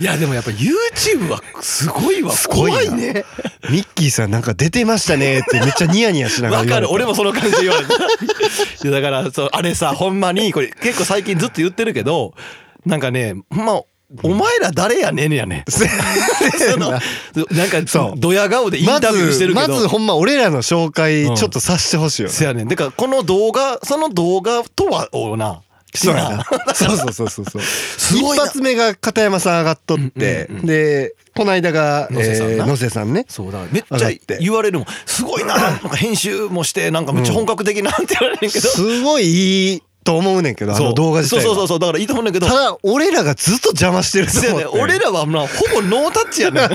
Speaker 1: いやでもやっぱ YouTube はすごいわ
Speaker 2: ごいな
Speaker 1: 怖いね
Speaker 2: ミッキーさんなんか出てましたねってめっちゃニヤニヤしながら
Speaker 1: わ
Speaker 2: 言
Speaker 1: か
Speaker 2: われ
Speaker 1: る
Speaker 2: た
Speaker 1: 俺もその感じ言われた いやだからそうあれさほんまにこれ結構最近ずっと言ってるけどなんかねほんまお前ら誰やねんやね そのなんか
Speaker 2: そう
Speaker 1: ドヤ顔でイン
Speaker 2: ま
Speaker 1: タビューして
Speaker 2: ず
Speaker 1: るけ
Speaker 2: ま
Speaker 1: ど
Speaker 2: ずほんま俺らの紹
Speaker 1: う
Speaker 2: 介
Speaker 1: ん
Speaker 2: ちょっとさせてほしいよね、
Speaker 1: せやねんだからこの動画その動画とはおうな
Speaker 2: そうやな そうそうそうそうそう
Speaker 1: すごい
Speaker 2: 一
Speaker 1: な
Speaker 2: 発目が片山さん上がっとって、
Speaker 1: うんうん
Speaker 2: でこの間が
Speaker 1: 野瀬さんな
Speaker 2: えー野瀬さんね
Speaker 1: そうだめっ
Speaker 2: 上
Speaker 1: ち
Speaker 2: が
Speaker 1: ゃ
Speaker 2: って
Speaker 1: 言われるもんすごい ななんか編集もしてなんかめっちゃ本格的なって言われるけど、
Speaker 2: すごいいいと思うねんけどあ
Speaker 1: そう
Speaker 2: の動画自体は
Speaker 1: そうそうそうそうだからいいと思うんだけど
Speaker 2: ただ俺らがずっと邪魔してると
Speaker 1: そう
Speaker 2: 思
Speaker 1: や
Speaker 2: って
Speaker 1: ね俺らはまあほぼノータッチやねんあ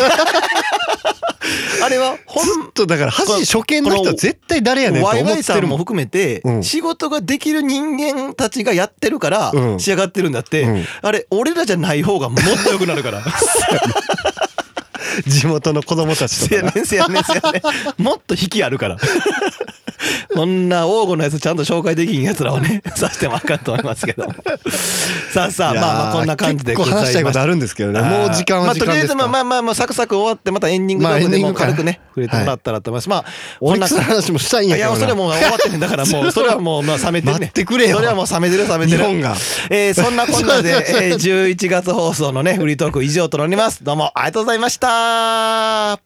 Speaker 1: れはほん
Speaker 2: ずっとだから初初見の人は絶対誰やねんと
Speaker 1: ワイ
Speaker 2: 思
Speaker 1: ワ
Speaker 2: っ
Speaker 1: イさ
Speaker 2: て
Speaker 1: ん
Speaker 2: る
Speaker 1: も
Speaker 2: もん
Speaker 1: 含めて
Speaker 2: うん
Speaker 1: 仕事ができる人間たちがやってるから
Speaker 2: うん
Speaker 1: 仕上がってるんだって、
Speaker 2: うん
Speaker 1: あれ俺らじゃない方がもっと良くなるから
Speaker 2: 地元の子供たち
Speaker 1: せ
Speaker 2: と
Speaker 1: や
Speaker 2: か
Speaker 1: ねんせやねんせやねんもっと引きあるからこんな王吾のやつちゃんと紹介できんやつらをね、さしてもあかんと思いますけど。さあさあ、
Speaker 2: いやー
Speaker 1: まあまあこんな感じで
Speaker 2: 結構話したいことあ
Speaker 1: る
Speaker 2: るんですけどね。もう時間は時間ですか
Speaker 1: まあとりあえずまあ
Speaker 2: ら。
Speaker 1: まあまあまあサクサク終わって、またエンディングトークで
Speaker 2: ま
Speaker 1: も
Speaker 2: あエンディングか
Speaker 1: 軽くね、触れてもらったらと思います。まあ、
Speaker 2: オ
Speaker 1: こ
Speaker 2: リ
Speaker 1: ん
Speaker 2: ッ
Speaker 1: な
Speaker 2: クスの話もしたいん
Speaker 1: い
Speaker 2: や
Speaker 1: や
Speaker 2: け
Speaker 1: い
Speaker 2: ど
Speaker 1: や、
Speaker 2: な
Speaker 1: それもう終わってねんだから、もう、それは もう、まあ、冷めてんねん。
Speaker 2: 待ってくれよ
Speaker 1: それはもう冷めてる、冷めてる。
Speaker 2: 日本が
Speaker 1: えーそんなこんなで、えー11月放送のね、フリートーク以上となります。どうもありがとうございました。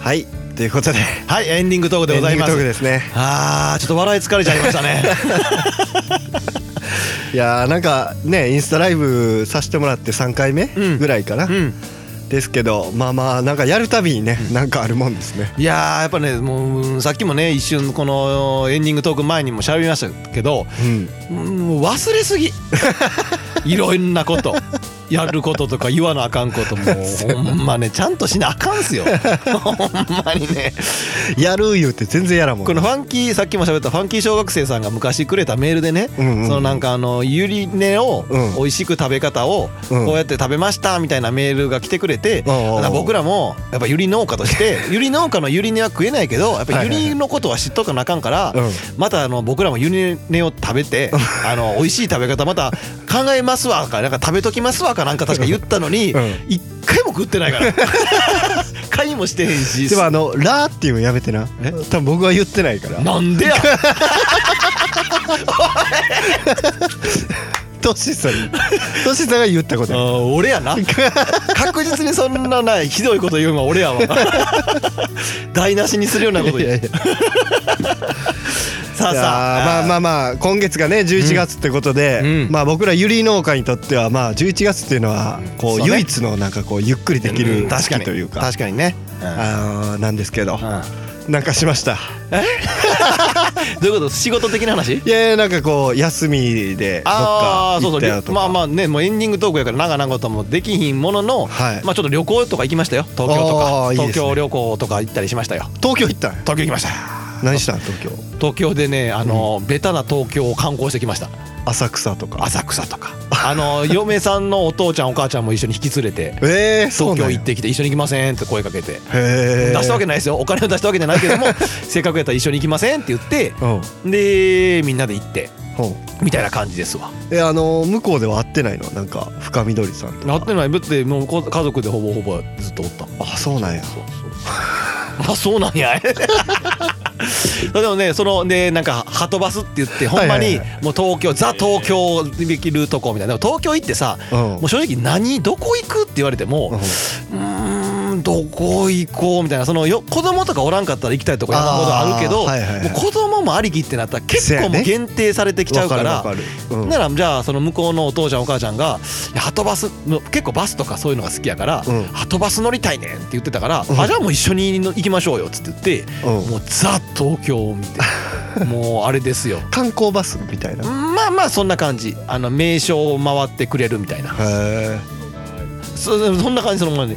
Speaker 2: はい。ということで、
Speaker 1: はい、エンディングトークで
Speaker 2: エ
Speaker 1: ご
Speaker 2: ン
Speaker 1: ざい
Speaker 2: ディング
Speaker 1: ま
Speaker 2: トーク
Speaker 1: す。
Speaker 2: ですね。
Speaker 1: あー、ちょっと笑い疲れちゃいました ね。
Speaker 2: いやーなんかね、インスタライブさせてもらって3回目
Speaker 1: うん
Speaker 2: ぐらいかな
Speaker 1: う。ん。
Speaker 2: ですけど、まあまあ、なんかやるたびにね、なんかあるもんですね。
Speaker 1: いやー、やっぱね、もううん、さっきもね、一瞬、このエンディングトーク前にも喋りましたけど、
Speaker 2: うん。
Speaker 1: うんもう忘れすぎ。いろんなこと。やることとか言わなあかんこともほんまねちゃんとしなあかんっすよほんまにね
Speaker 2: やる言うて全然やらんもん
Speaker 1: こ。のファンキーさっきも喋ったファンキー小学生さんが昔くれたメールでね、
Speaker 2: うんうん
Speaker 1: そのなんかあのゆり根を
Speaker 2: うん
Speaker 1: 美味しく食べ方を
Speaker 2: うん
Speaker 1: こうやって食べましたみたいなメールが来てくれて、
Speaker 2: おうおうおう
Speaker 1: だから僕らもやっぱゆり農家として ゆり農家のゆり根は食えないけどやっぱゆりのことは知っとかなあかんから、
Speaker 2: うん
Speaker 1: またあの僕らもゆり根を食べてあの美味しい食べ方また考えますわかなんか食べときますわかなんか確か言ったのに
Speaker 2: うん
Speaker 1: 一、回も食ってないから 買いもしてへんし
Speaker 2: でもあの「ラ」っていうのやめてな
Speaker 1: え
Speaker 2: 多分僕は言ってないから
Speaker 1: なん でや
Speaker 2: トシさ んにトシさんが言ったことや
Speaker 1: あー俺やな確実にそんなないひどいこと言うのは俺や わ台無しにするようなこと
Speaker 2: い
Speaker 1: 言
Speaker 2: や
Speaker 1: う
Speaker 2: いや
Speaker 1: さあ
Speaker 2: いやー
Speaker 1: さあ
Speaker 2: まあまあまあ今月がね11月ってことで、
Speaker 1: うん
Speaker 2: まあ僕らゆり農家にとってはまあ11月っていうのはこう
Speaker 1: そうね
Speaker 2: 唯一のなんかこうゆっくりでき
Speaker 1: う
Speaker 2: る
Speaker 1: ん
Speaker 2: 時
Speaker 1: 確か
Speaker 2: 期
Speaker 1: に
Speaker 2: というか,、
Speaker 1: 確かにね、うん
Speaker 2: あのーなんですけど、
Speaker 1: う
Speaker 2: なんかしました
Speaker 1: んどういうこと仕事的な話
Speaker 2: いやいやなんかこう休みでど
Speaker 1: あ
Speaker 2: っか
Speaker 1: あそ
Speaker 2: 行
Speaker 1: うそ
Speaker 2: ったよと
Speaker 1: う
Speaker 2: か
Speaker 1: まあまあねもうエンディングトークやから長々ともできひんものの、
Speaker 2: はい
Speaker 1: まあちょっと旅行とか行きましたよ東京と
Speaker 2: あ
Speaker 1: か
Speaker 2: ーいいですね
Speaker 1: 東京旅行とか行ったりしましたよ
Speaker 2: 東京行ったん
Speaker 1: 東京行きました
Speaker 2: 何したん東京
Speaker 1: 東京でねあの、ベタな東京を観光してきました
Speaker 2: 浅草とか
Speaker 1: 浅草とかあの 嫁さんのお父ちゃんお母ちゃんも一緒に引き連れて
Speaker 2: ええー、そう
Speaker 1: 東
Speaker 2: な
Speaker 1: 京
Speaker 2: ん
Speaker 1: 行っ
Speaker 2: や
Speaker 1: てきて一緒に行きませんって声かけて
Speaker 2: へ
Speaker 1: 出
Speaker 2: え
Speaker 1: したわけないですよお金を出したわけじゃないけども せっかくやったら一緒に行きませんって言って
Speaker 2: うん
Speaker 1: でみんなで行って
Speaker 2: ほう
Speaker 1: みたいな感じですわ
Speaker 2: えあの向こうでは会ってないのなんか深緑さんとか
Speaker 1: なってないぶってもうこ家族でほぼほぼずっとおった
Speaker 2: あそうなんや
Speaker 1: あそうなんやでもねそのねなんかはとバスって言ってほんま
Speaker 2: はい
Speaker 1: に
Speaker 2: はい
Speaker 1: もう東京ザ東京できるとこみたいなでも東京行ってさ
Speaker 2: うん
Speaker 1: もう正直何どこ行くって言われても、
Speaker 2: うん
Speaker 1: うーんどこ行こうみたいなそのよ子供とかおらんかったら行きたいとか山ほどあるけど、
Speaker 2: あーはいはいはい
Speaker 1: もう子供もありきってなったら結構
Speaker 2: せや
Speaker 1: もう
Speaker 2: ね
Speaker 1: 限定されてきちゃうから。
Speaker 2: わかるわかるうん
Speaker 1: ならじゃあその向こうのお父ちゃんお母ちゃんが「いやはとバスの結構バスとかそういうのが好きやから
Speaker 2: うん
Speaker 1: はとバス乗りたいねん」って言ってたから「
Speaker 2: うん
Speaker 1: あじゃあもう一緒に行きましょうよ」っつって言っ
Speaker 2: う
Speaker 1: て
Speaker 2: ん
Speaker 1: もうザ東京を見 てもうあれですよ
Speaker 2: 観光バスみたいなへ
Speaker 1: まあまあそんな感じあの名所を回ってくれるみたいな
Speaker 2: え
Speaker 1: そそんな感じそのままに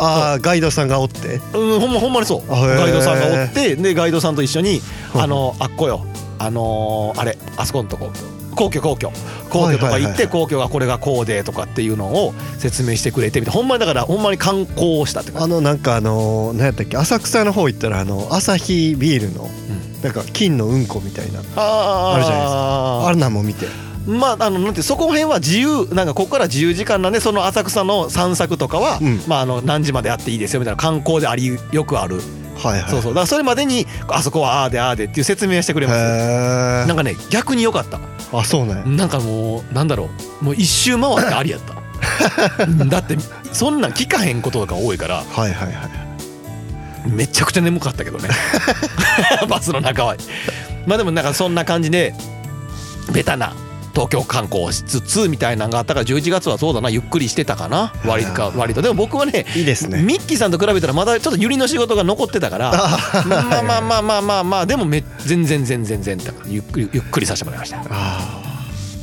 Speaker 2: ああガイドさんがおって
Speaker 1: うん、ほんまほんまにそう
Speaker 2: あへー
Speaker 1: ガイドさんがおってでガイドさんと一緒に
Speaker 2: うん
Speaker 1: あのあっこよあのーあれあそこのとこ皇居皇居皇居とか
Speaker 2: はいはい
Speaker 1: 行
Speaker 2: は
Speaker 1: っ
Speaker 2: い
Speaker 1: て皇居がこれがこうでとかっていうのを説明してくれてみたいなほんまにだからほんまに観光をしたって
Speaker 2: あ
Speaker 1: 感じ
Speaker 2: のなんかあの何やったっけ浅草の方行ったらあの朝日ビールの
Speaker 1: ん
Speaker 2: なんか金のうんこみたいな
Speaker 1: あー
Speaker 2: あるじゃないですあれなんも見て
Speaker 1: まああのなんてそこら辺は自由なんかここから自由時間なんでその浅草の散策とかは、
Speaker 2: うん
Speaker 1: まああの何時まであっていいですよみたいな観光でありよくある、
Speaker 2: はいはい
Speaker 1: そうそうだからそれまでにあそこはああでああでっていう説明してくれ
Speaker 2: へ
Speaker 1: ますなん
Speaker 2: え
Speaker 1: かね逆に良かった
Speaker 2: あそうなんや
Speaker 1: なんかもうなんだろうもう一周回ってありやった だってそんなん聞かへんことが多いから
Speaker 2: はいはいはい
Speaker 1: めちゃくちゃ眠かったけど ねバスの中はまあでもなんかそんな感じでベタな東京観光しつつみたいなのがあったから11月はそうだなゆっくりしてたかな割とか割とでも僕はね
Speaker 2: いいですね
Speaker 1: ミッキーさんと比べたらまだちょっとユリの仕事が残ってたからまあまあまあまあまあまあでもめ全然全然全然だからゆっくりゆっくりさせてもらいました
Speaker 2: あ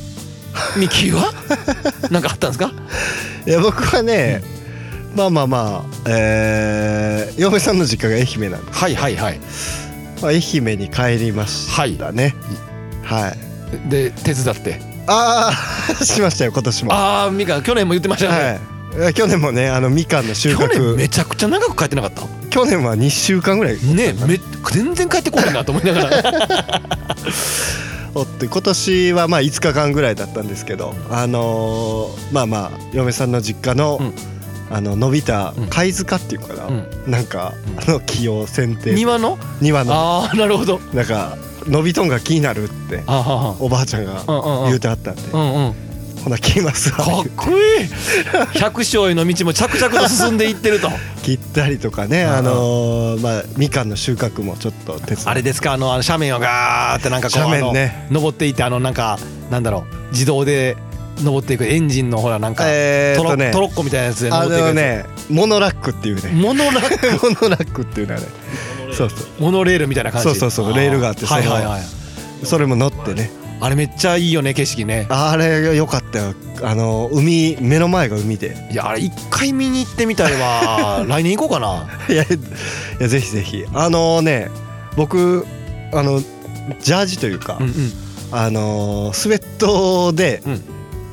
Speaker 1: ミキはなんかあったんですか
Speaker 2: ーいや僕はねまあまあまあ、えー、嫁さんの実家が愛媛なんで、
Speaker 1: はいはいはい
Speaker 2: まあ、愛媛に帰りまし
Speaker 1: はい
Speaker 2: たねはい
Speaker 1: で手伝って
Speaker 2: ああ しましたよ今年も
Speaker 1: ああみかん去年も言ってましたね、
Speaker 2: はい去年もねあのみかんの収
Speaker 1: 去
Speaker 2: 穫
Speaker 1: 年めちゃくちゃ長く帰ってなかった
Speaker 2: 去年は2週間ぐらい
Speaker 1: ねめ全然帰ってこないなと思いなが ら
Speaker 2: おって今年はまあ5日間ぐらいだったんですけどあのーまあまあ嫁さんの実家の、
Speaker 1: うん
Speaker 2: あの伸びた
Speaker 1: うん
Speaker 2: 貝塚っていうかな、
Speaker 1: う
Speaker 2: なんか
Speaker 1: うん
Speaker 2: あの木を剪定
Speaker 1: 庭の
Speaker 2: 庭の
Speaker 1: ああなるほど
Speaker 2: なんか伸びとんが気になるって
Speaker 1: あ
Speaker 2: おばあちゃん
Speaker 1: あ
Speaker 2: が
Speaker 1: うんうん
Speaker 2: 言
Speaker 1: う
Speaker 2: うてあったんで
Speaker 1: んうんうん
Speaker 2: 「ほな切りますわ」
Speaker 1: かっこいい百姓への道も着々と進んでいってると
Speaker 2: 切ったりとかね
Speaker 1: うんうん
Speaker 2: あのーまあみかんの収穫もちょっと手伝っ て
Speaker 1: あれですかあのあの斜面をガーってなんかこう
Speaker 2: 斜面ね
Speaker 1: あの登っていってあのなんかなんだろう自動で登っていくエンジンのほらなんか、
Speaker 2: えー
Speaker 1: ト
Speaker 2: っ
Speaker 1: ロ
Speaker 2: とね
Speaker 1: トロッコみたいなやつで
Speaker 2: あ
Speaker 1: 登っていく
Speaker 2: の
Speaker 1: やつ、
Speaker 2: ねモノラックっていうね
Speaker 1: モノラック
Speaker 2: モノラックっていうのはねそうそう
Speaker 1: モノレールみたいな感じ
Speaker 2: そうそうそうレールがあって
Speaker 1: ーはい
Speaker 2: その
Speaker 1: はいはい
Speaker 2: それも乗ってね
Speaker 1: あれめっちゃいいよね景色ね
Speaker 2: あれが良かったよあの海目の前が海で
Speaker 1: いやあれ一回見に行ってみたいわ 来年行こうかない
Speaker 2: やいやぜひぜひあのね僕あのジャージというか、
Speaker 1: うんうん
Speaker 2: あのスウェットで
Speaker 1: うん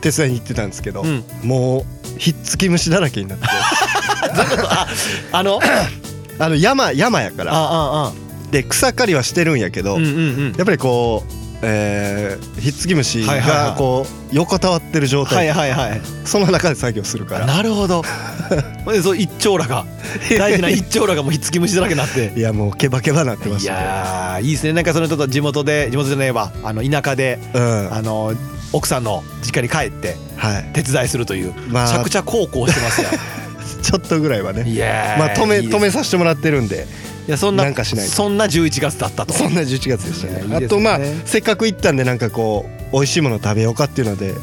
Speaker 2: 手伝いに行ってたんですけど、
Speaker 1: うん
Speaker 2: もうひっつき虫だらけになって
Speaker 1: あ の
Speaker 2: あの山山やから
Speaker 1: ああ
Speaker 2: で草刈りはしてるんやけ
Speaker 1: あ
Speaker 2: ど、
Speaker 1: うんうんうん
Speaker 2: やっぱりこう。えー、ひっつき虫
Speaker 1: はいはい
Speaker 2: が
Speaker 1: はい
Speaker 2: こう横たわってる状態、
Speaker 1: はいはいはい
Speaker 2: その中で作業するから
Speaker 1: なるほど ほんでそう一丁羅が大事な一丁羅がもうひっつき虫だらけになって
Speaker 2: いやもうケバケバなって ま
Speaker 1: い
Speaker 2: したね
Speaker 1: やーいいですねなんかそのちょっと地元で地元じゃねえわあの田舎で
Speaker 2: うん
Speaker 1: あの奥さんの実家に帰って
Speaker 2: はい
Speaker 1: 手伝いするというめ
Speaker 2: まあ
Speaker 1: ちゃくちゃ孝行してますよ
Speaker 2: ちょっとぐらいはね
Speaker 1: いやー
Speaker 2: まあ止め
Speaker 1: いいです
Speaker 2: 止めさせてもらってるんで
Speaker 1: いやそんな
Speaker 2: なんかしないと
Speaker 1: そんな11月だったと
Speaker 2: そんな11月でした
Speaker 1: いやいいです
Speaker 2: ね
Speaker 1: ね
Speaker 2: あとまあせっかく行ったんでなんかこう美味しいもの食べようかっていうので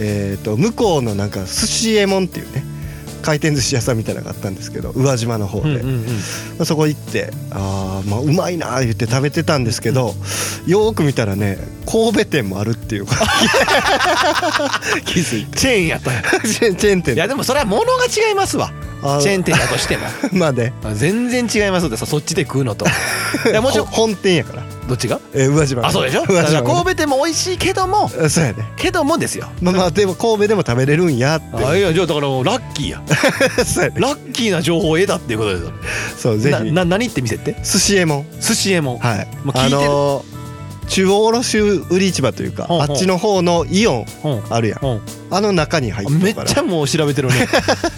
Speaker 2: えーと向こうのなんか寿司えもんっていうね回転寿司屋さんみたいなのがあったんですけど宇和島の方
Speaker 1: うん
Speaker 2: で、
Speaker 1: うんうん
Speaker 2: まあそこ行ってあー、まあ、うまいなー言って食べてたんですけど、よーく見たらね神戸店もあるっていうことに気づいて
Speaker 1: チェーンや ったんや
Speaker 2: チェーンチェーン店
Speaker 1: いやでもそれは物が違いますわ
Speaker 2: あー
Speaker 1: チェーン店だとしても
Speaker 2: まあね
Speaker 1: 全然違いますのでさそっちで食うの といやもちろん
Speaker 2: ほ本店やから、
Speaker 1: どっちが
Speaker 2: えー、宇和島の
Speaker 1: あそうで しょ
Speaker 2: 宇
Speaker 1: だか
Speaker 2: 和
Speaker 1: ら
Speaker 2: 島のね
Speaker 1: 神戸店も美味しいけども
Speaker 2: あそうやね
Speaker 1: けどもですよ
Speaker 2: まあまあでも神戸でも食べれるんやっ
Speaker 1: あいやじゃあだからもうラッキー や
Speaker 2: てそうやね
Speaker 1: ラッキーな情報を得たっていうことですよ
Speaker 2: そうぜ
Speaker 1: な
Speaker 2: ひ
Speaker 1: な何って見せて
Speaker 2: 寿司えもん
Speaker 1: 寿司えもん
Speaker 2: はい
Speaker 1: もう聞い
Speaker 2: あ
Speaker 1: てる
Speaker 2: のー中央卸売市場というか
Speaker 1: ほうほう
Speaker 2: あっちの方のイオン
Speaker 1: うん
Speaker 2: あるやん
Speaker 1: うん
Speaker 2: あの中に入っ
Speaker 1: あめ
Speaker 2: て
Speaker 1: った
Speaker 2: か
Speaker 1: ちゃ
Speaker 2: ら
Speaker 1: もう調べて るね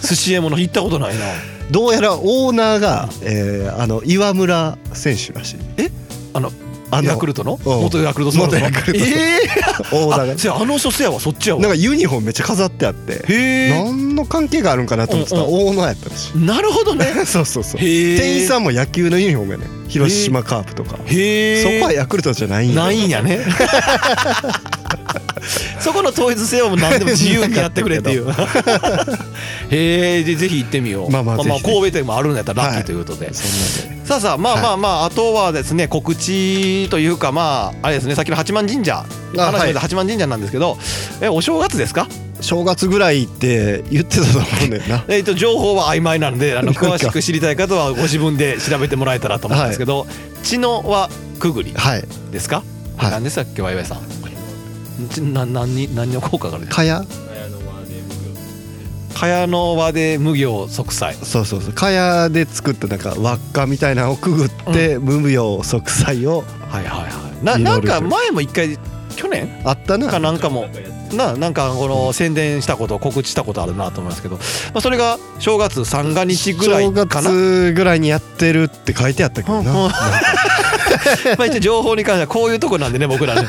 Speaker 1: 寿司えもんの行ったことないな
Speaker 2: どうやらオーナーが、えーあの岩村選手らしい
Speaker 1: えあの
Speaker 2: あの
Speaker 1: ヤクルトの
Speaker 2: うん
Speaker 1: 元ヤクルトスワローズの
Speaker 2: 元ヤクルトスワロ
Speaker 1: え
Speaker 2: オー
Speaker 1: え
Speaker 2: ナー
Speaker 1: あ
Speaker 2: が
Speaker 1: せやあの人せやわそっちや
Speaker 2: なん
Speaker 1: わ
Speaker 2: かユニフォームめっちゃ飾ってあって
Speaker 1: へえ
Speaker 2: 何の関係があるんかなと思ってたら
Speaker 1: う
Speaker 2: オーナーやったらしい
Speaker 1: なるほどね
Speaker 2: そうそうそう
Speaker 1: へえ
Speaker 2: 店員さんも野球のユニフォームやね広島カープとか
Speaker 1: へえ
Speaker 2: そこはヤクルトじゃないんや
Speaker 1: ないんや ねそこの統一性はもう何でも自由にやってくれっていう へえでぜひ行ってみよう
Speaker 2: まあまあぜひぜひ
Speaker 1: 神戸店もあるんやったらラッキ
Speaker 2: は
Speaker 1: ーとい
Speaker 2: い
Speaker 1: うことで、
Speaker 2: そんなんで
Speaker 1: さあさあまあまあまあ、あとはですね告知というかまああれですねさっきの八幡神社
Speaker 2: あ
Speaker 1: 話しま
Speaker 2: は
Speaker 1: し
Speaker 2: い
Speaker 1: た八幡神社なんですけど、えお正月ですか
Speaker 2: 正月ぐらいって言ってたと思うんだよな
Speaker 1: えっと情報は曖昧なのであの
Speaker 2: なんか
Speaker 1: 詳しく知りたい方はご自分で調べてもらえたらと思うんですけど、知能はくぐり
Speaker 2: はい
Speaker 1: ですか、
Speaker 2: はい
Speaker 1: 何でしたっけわいわいさんちな何に何の効果がある
Speaker 2: かや
Speaker 1: かやの輪で無行息災
Speaker 2: そうそうそうかやで作ったなんか輪っかみたいなのをくぐって、無病息災を
Speaker 1: はいはいはいな
Speaker 2: 祈
Speaker 1: なん
Speaker 2: る
Speaker 1: か前も一回去年
Speaker 2: あったな
Speaker 1: かなんかもななんかこの宣伝したこと告知したことあるなと思いますけど、まあ、それが正月三が日ぐらい
Speaker 2: 正
Speaker 1: か な、ま
Speaker 2: 月ぐらいにやってるって書いてあったけどな
Speaker 1: うんう
Speaker 2: なんんか
Speaker 1: あ、一応情報に関してはこういうとこなんでね僕 らね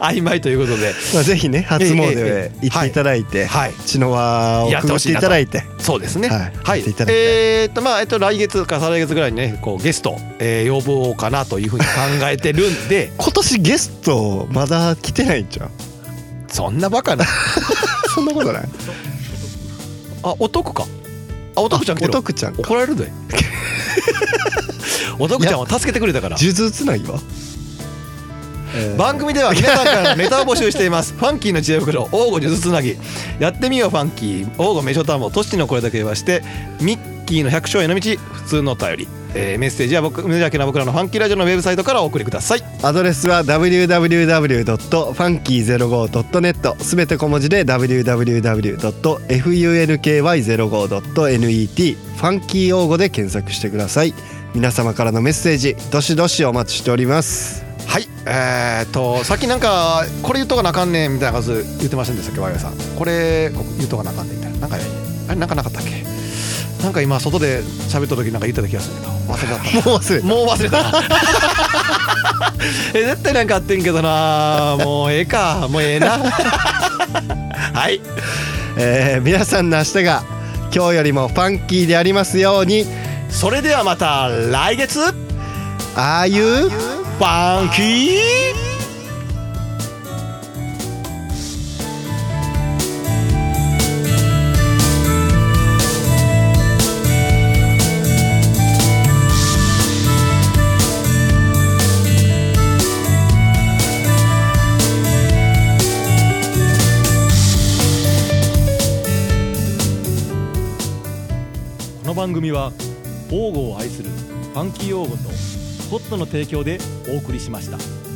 Speaker 1: 曖昧ということで
Speaker 2: まあぜひね初
Speaker 1: ええええ
Speaker 2: 詣行っていただいて
Speaker 1: はい
Speaker 2: 血の輪をくぐっていただいて
Speaker 1: そうですね。
Speaker 2: はい
Speaker 1: はい。
Speaker 2: やっていただい
Speaker 1: えーっとまあえっと来月か再来月ぐらいにねこうゲスト、えー、呼ぼうかなというふうに考えてるん で
Speaker 2: 今年ゲストまだ来てないんじゃん
Speaker 1: そんなバカな
Speaker 2: そんなことない
Speaker 1: あお得かあお得ちゃん来て
Speaker 2: お
Speaker 1: る
Speaker 2: 徳ちゃん
Speaker 1: 怒られる でお得ちゃんは助けてくれたから
Speaker 2: 数珠つなぎはえー
Speaker 1: 番組では皆さんからのネタを募集しています ファンキーの知恵袋王吾数珠つなぎやってみようファンキー王吾名所探訪都市の声だけ言わしてミッキーの百姓への道普通のお便り、えーメッセージは僕無邪気な僕らのファンキーラジオのウェブサイトからお送りください
Speaker 2: アドレスは www.funky05.net すべて小文字で www.funky05.net ファンキー用語で検索してください皆様からのメッセージどしどしお待ちしております
Speaker 1: はいえー、とさっきなんかこれ言っとかなあかんねんみたいなこと言ってませんでしたっけ我々さんこれこ言っとかなあかんねんみたいななんかねあれなんかなかったっけなんか今外で喋った時なんか言ってた気がするけど忘れちゃった
Speaker 2: もう忘れた
Speaker 1: もう忘れたな え絶対なんかあってんけどなもうええかもうええなはい
Speaker 2: えー皆さんの明日が今日よりもファンキーでありますように
Speaker 1: それではまた来月フ
Speaker 2: ああいう
Speaker 1: ァンキーこの番組は王語を愛するファンキー王語とコットの提供でお送りしました。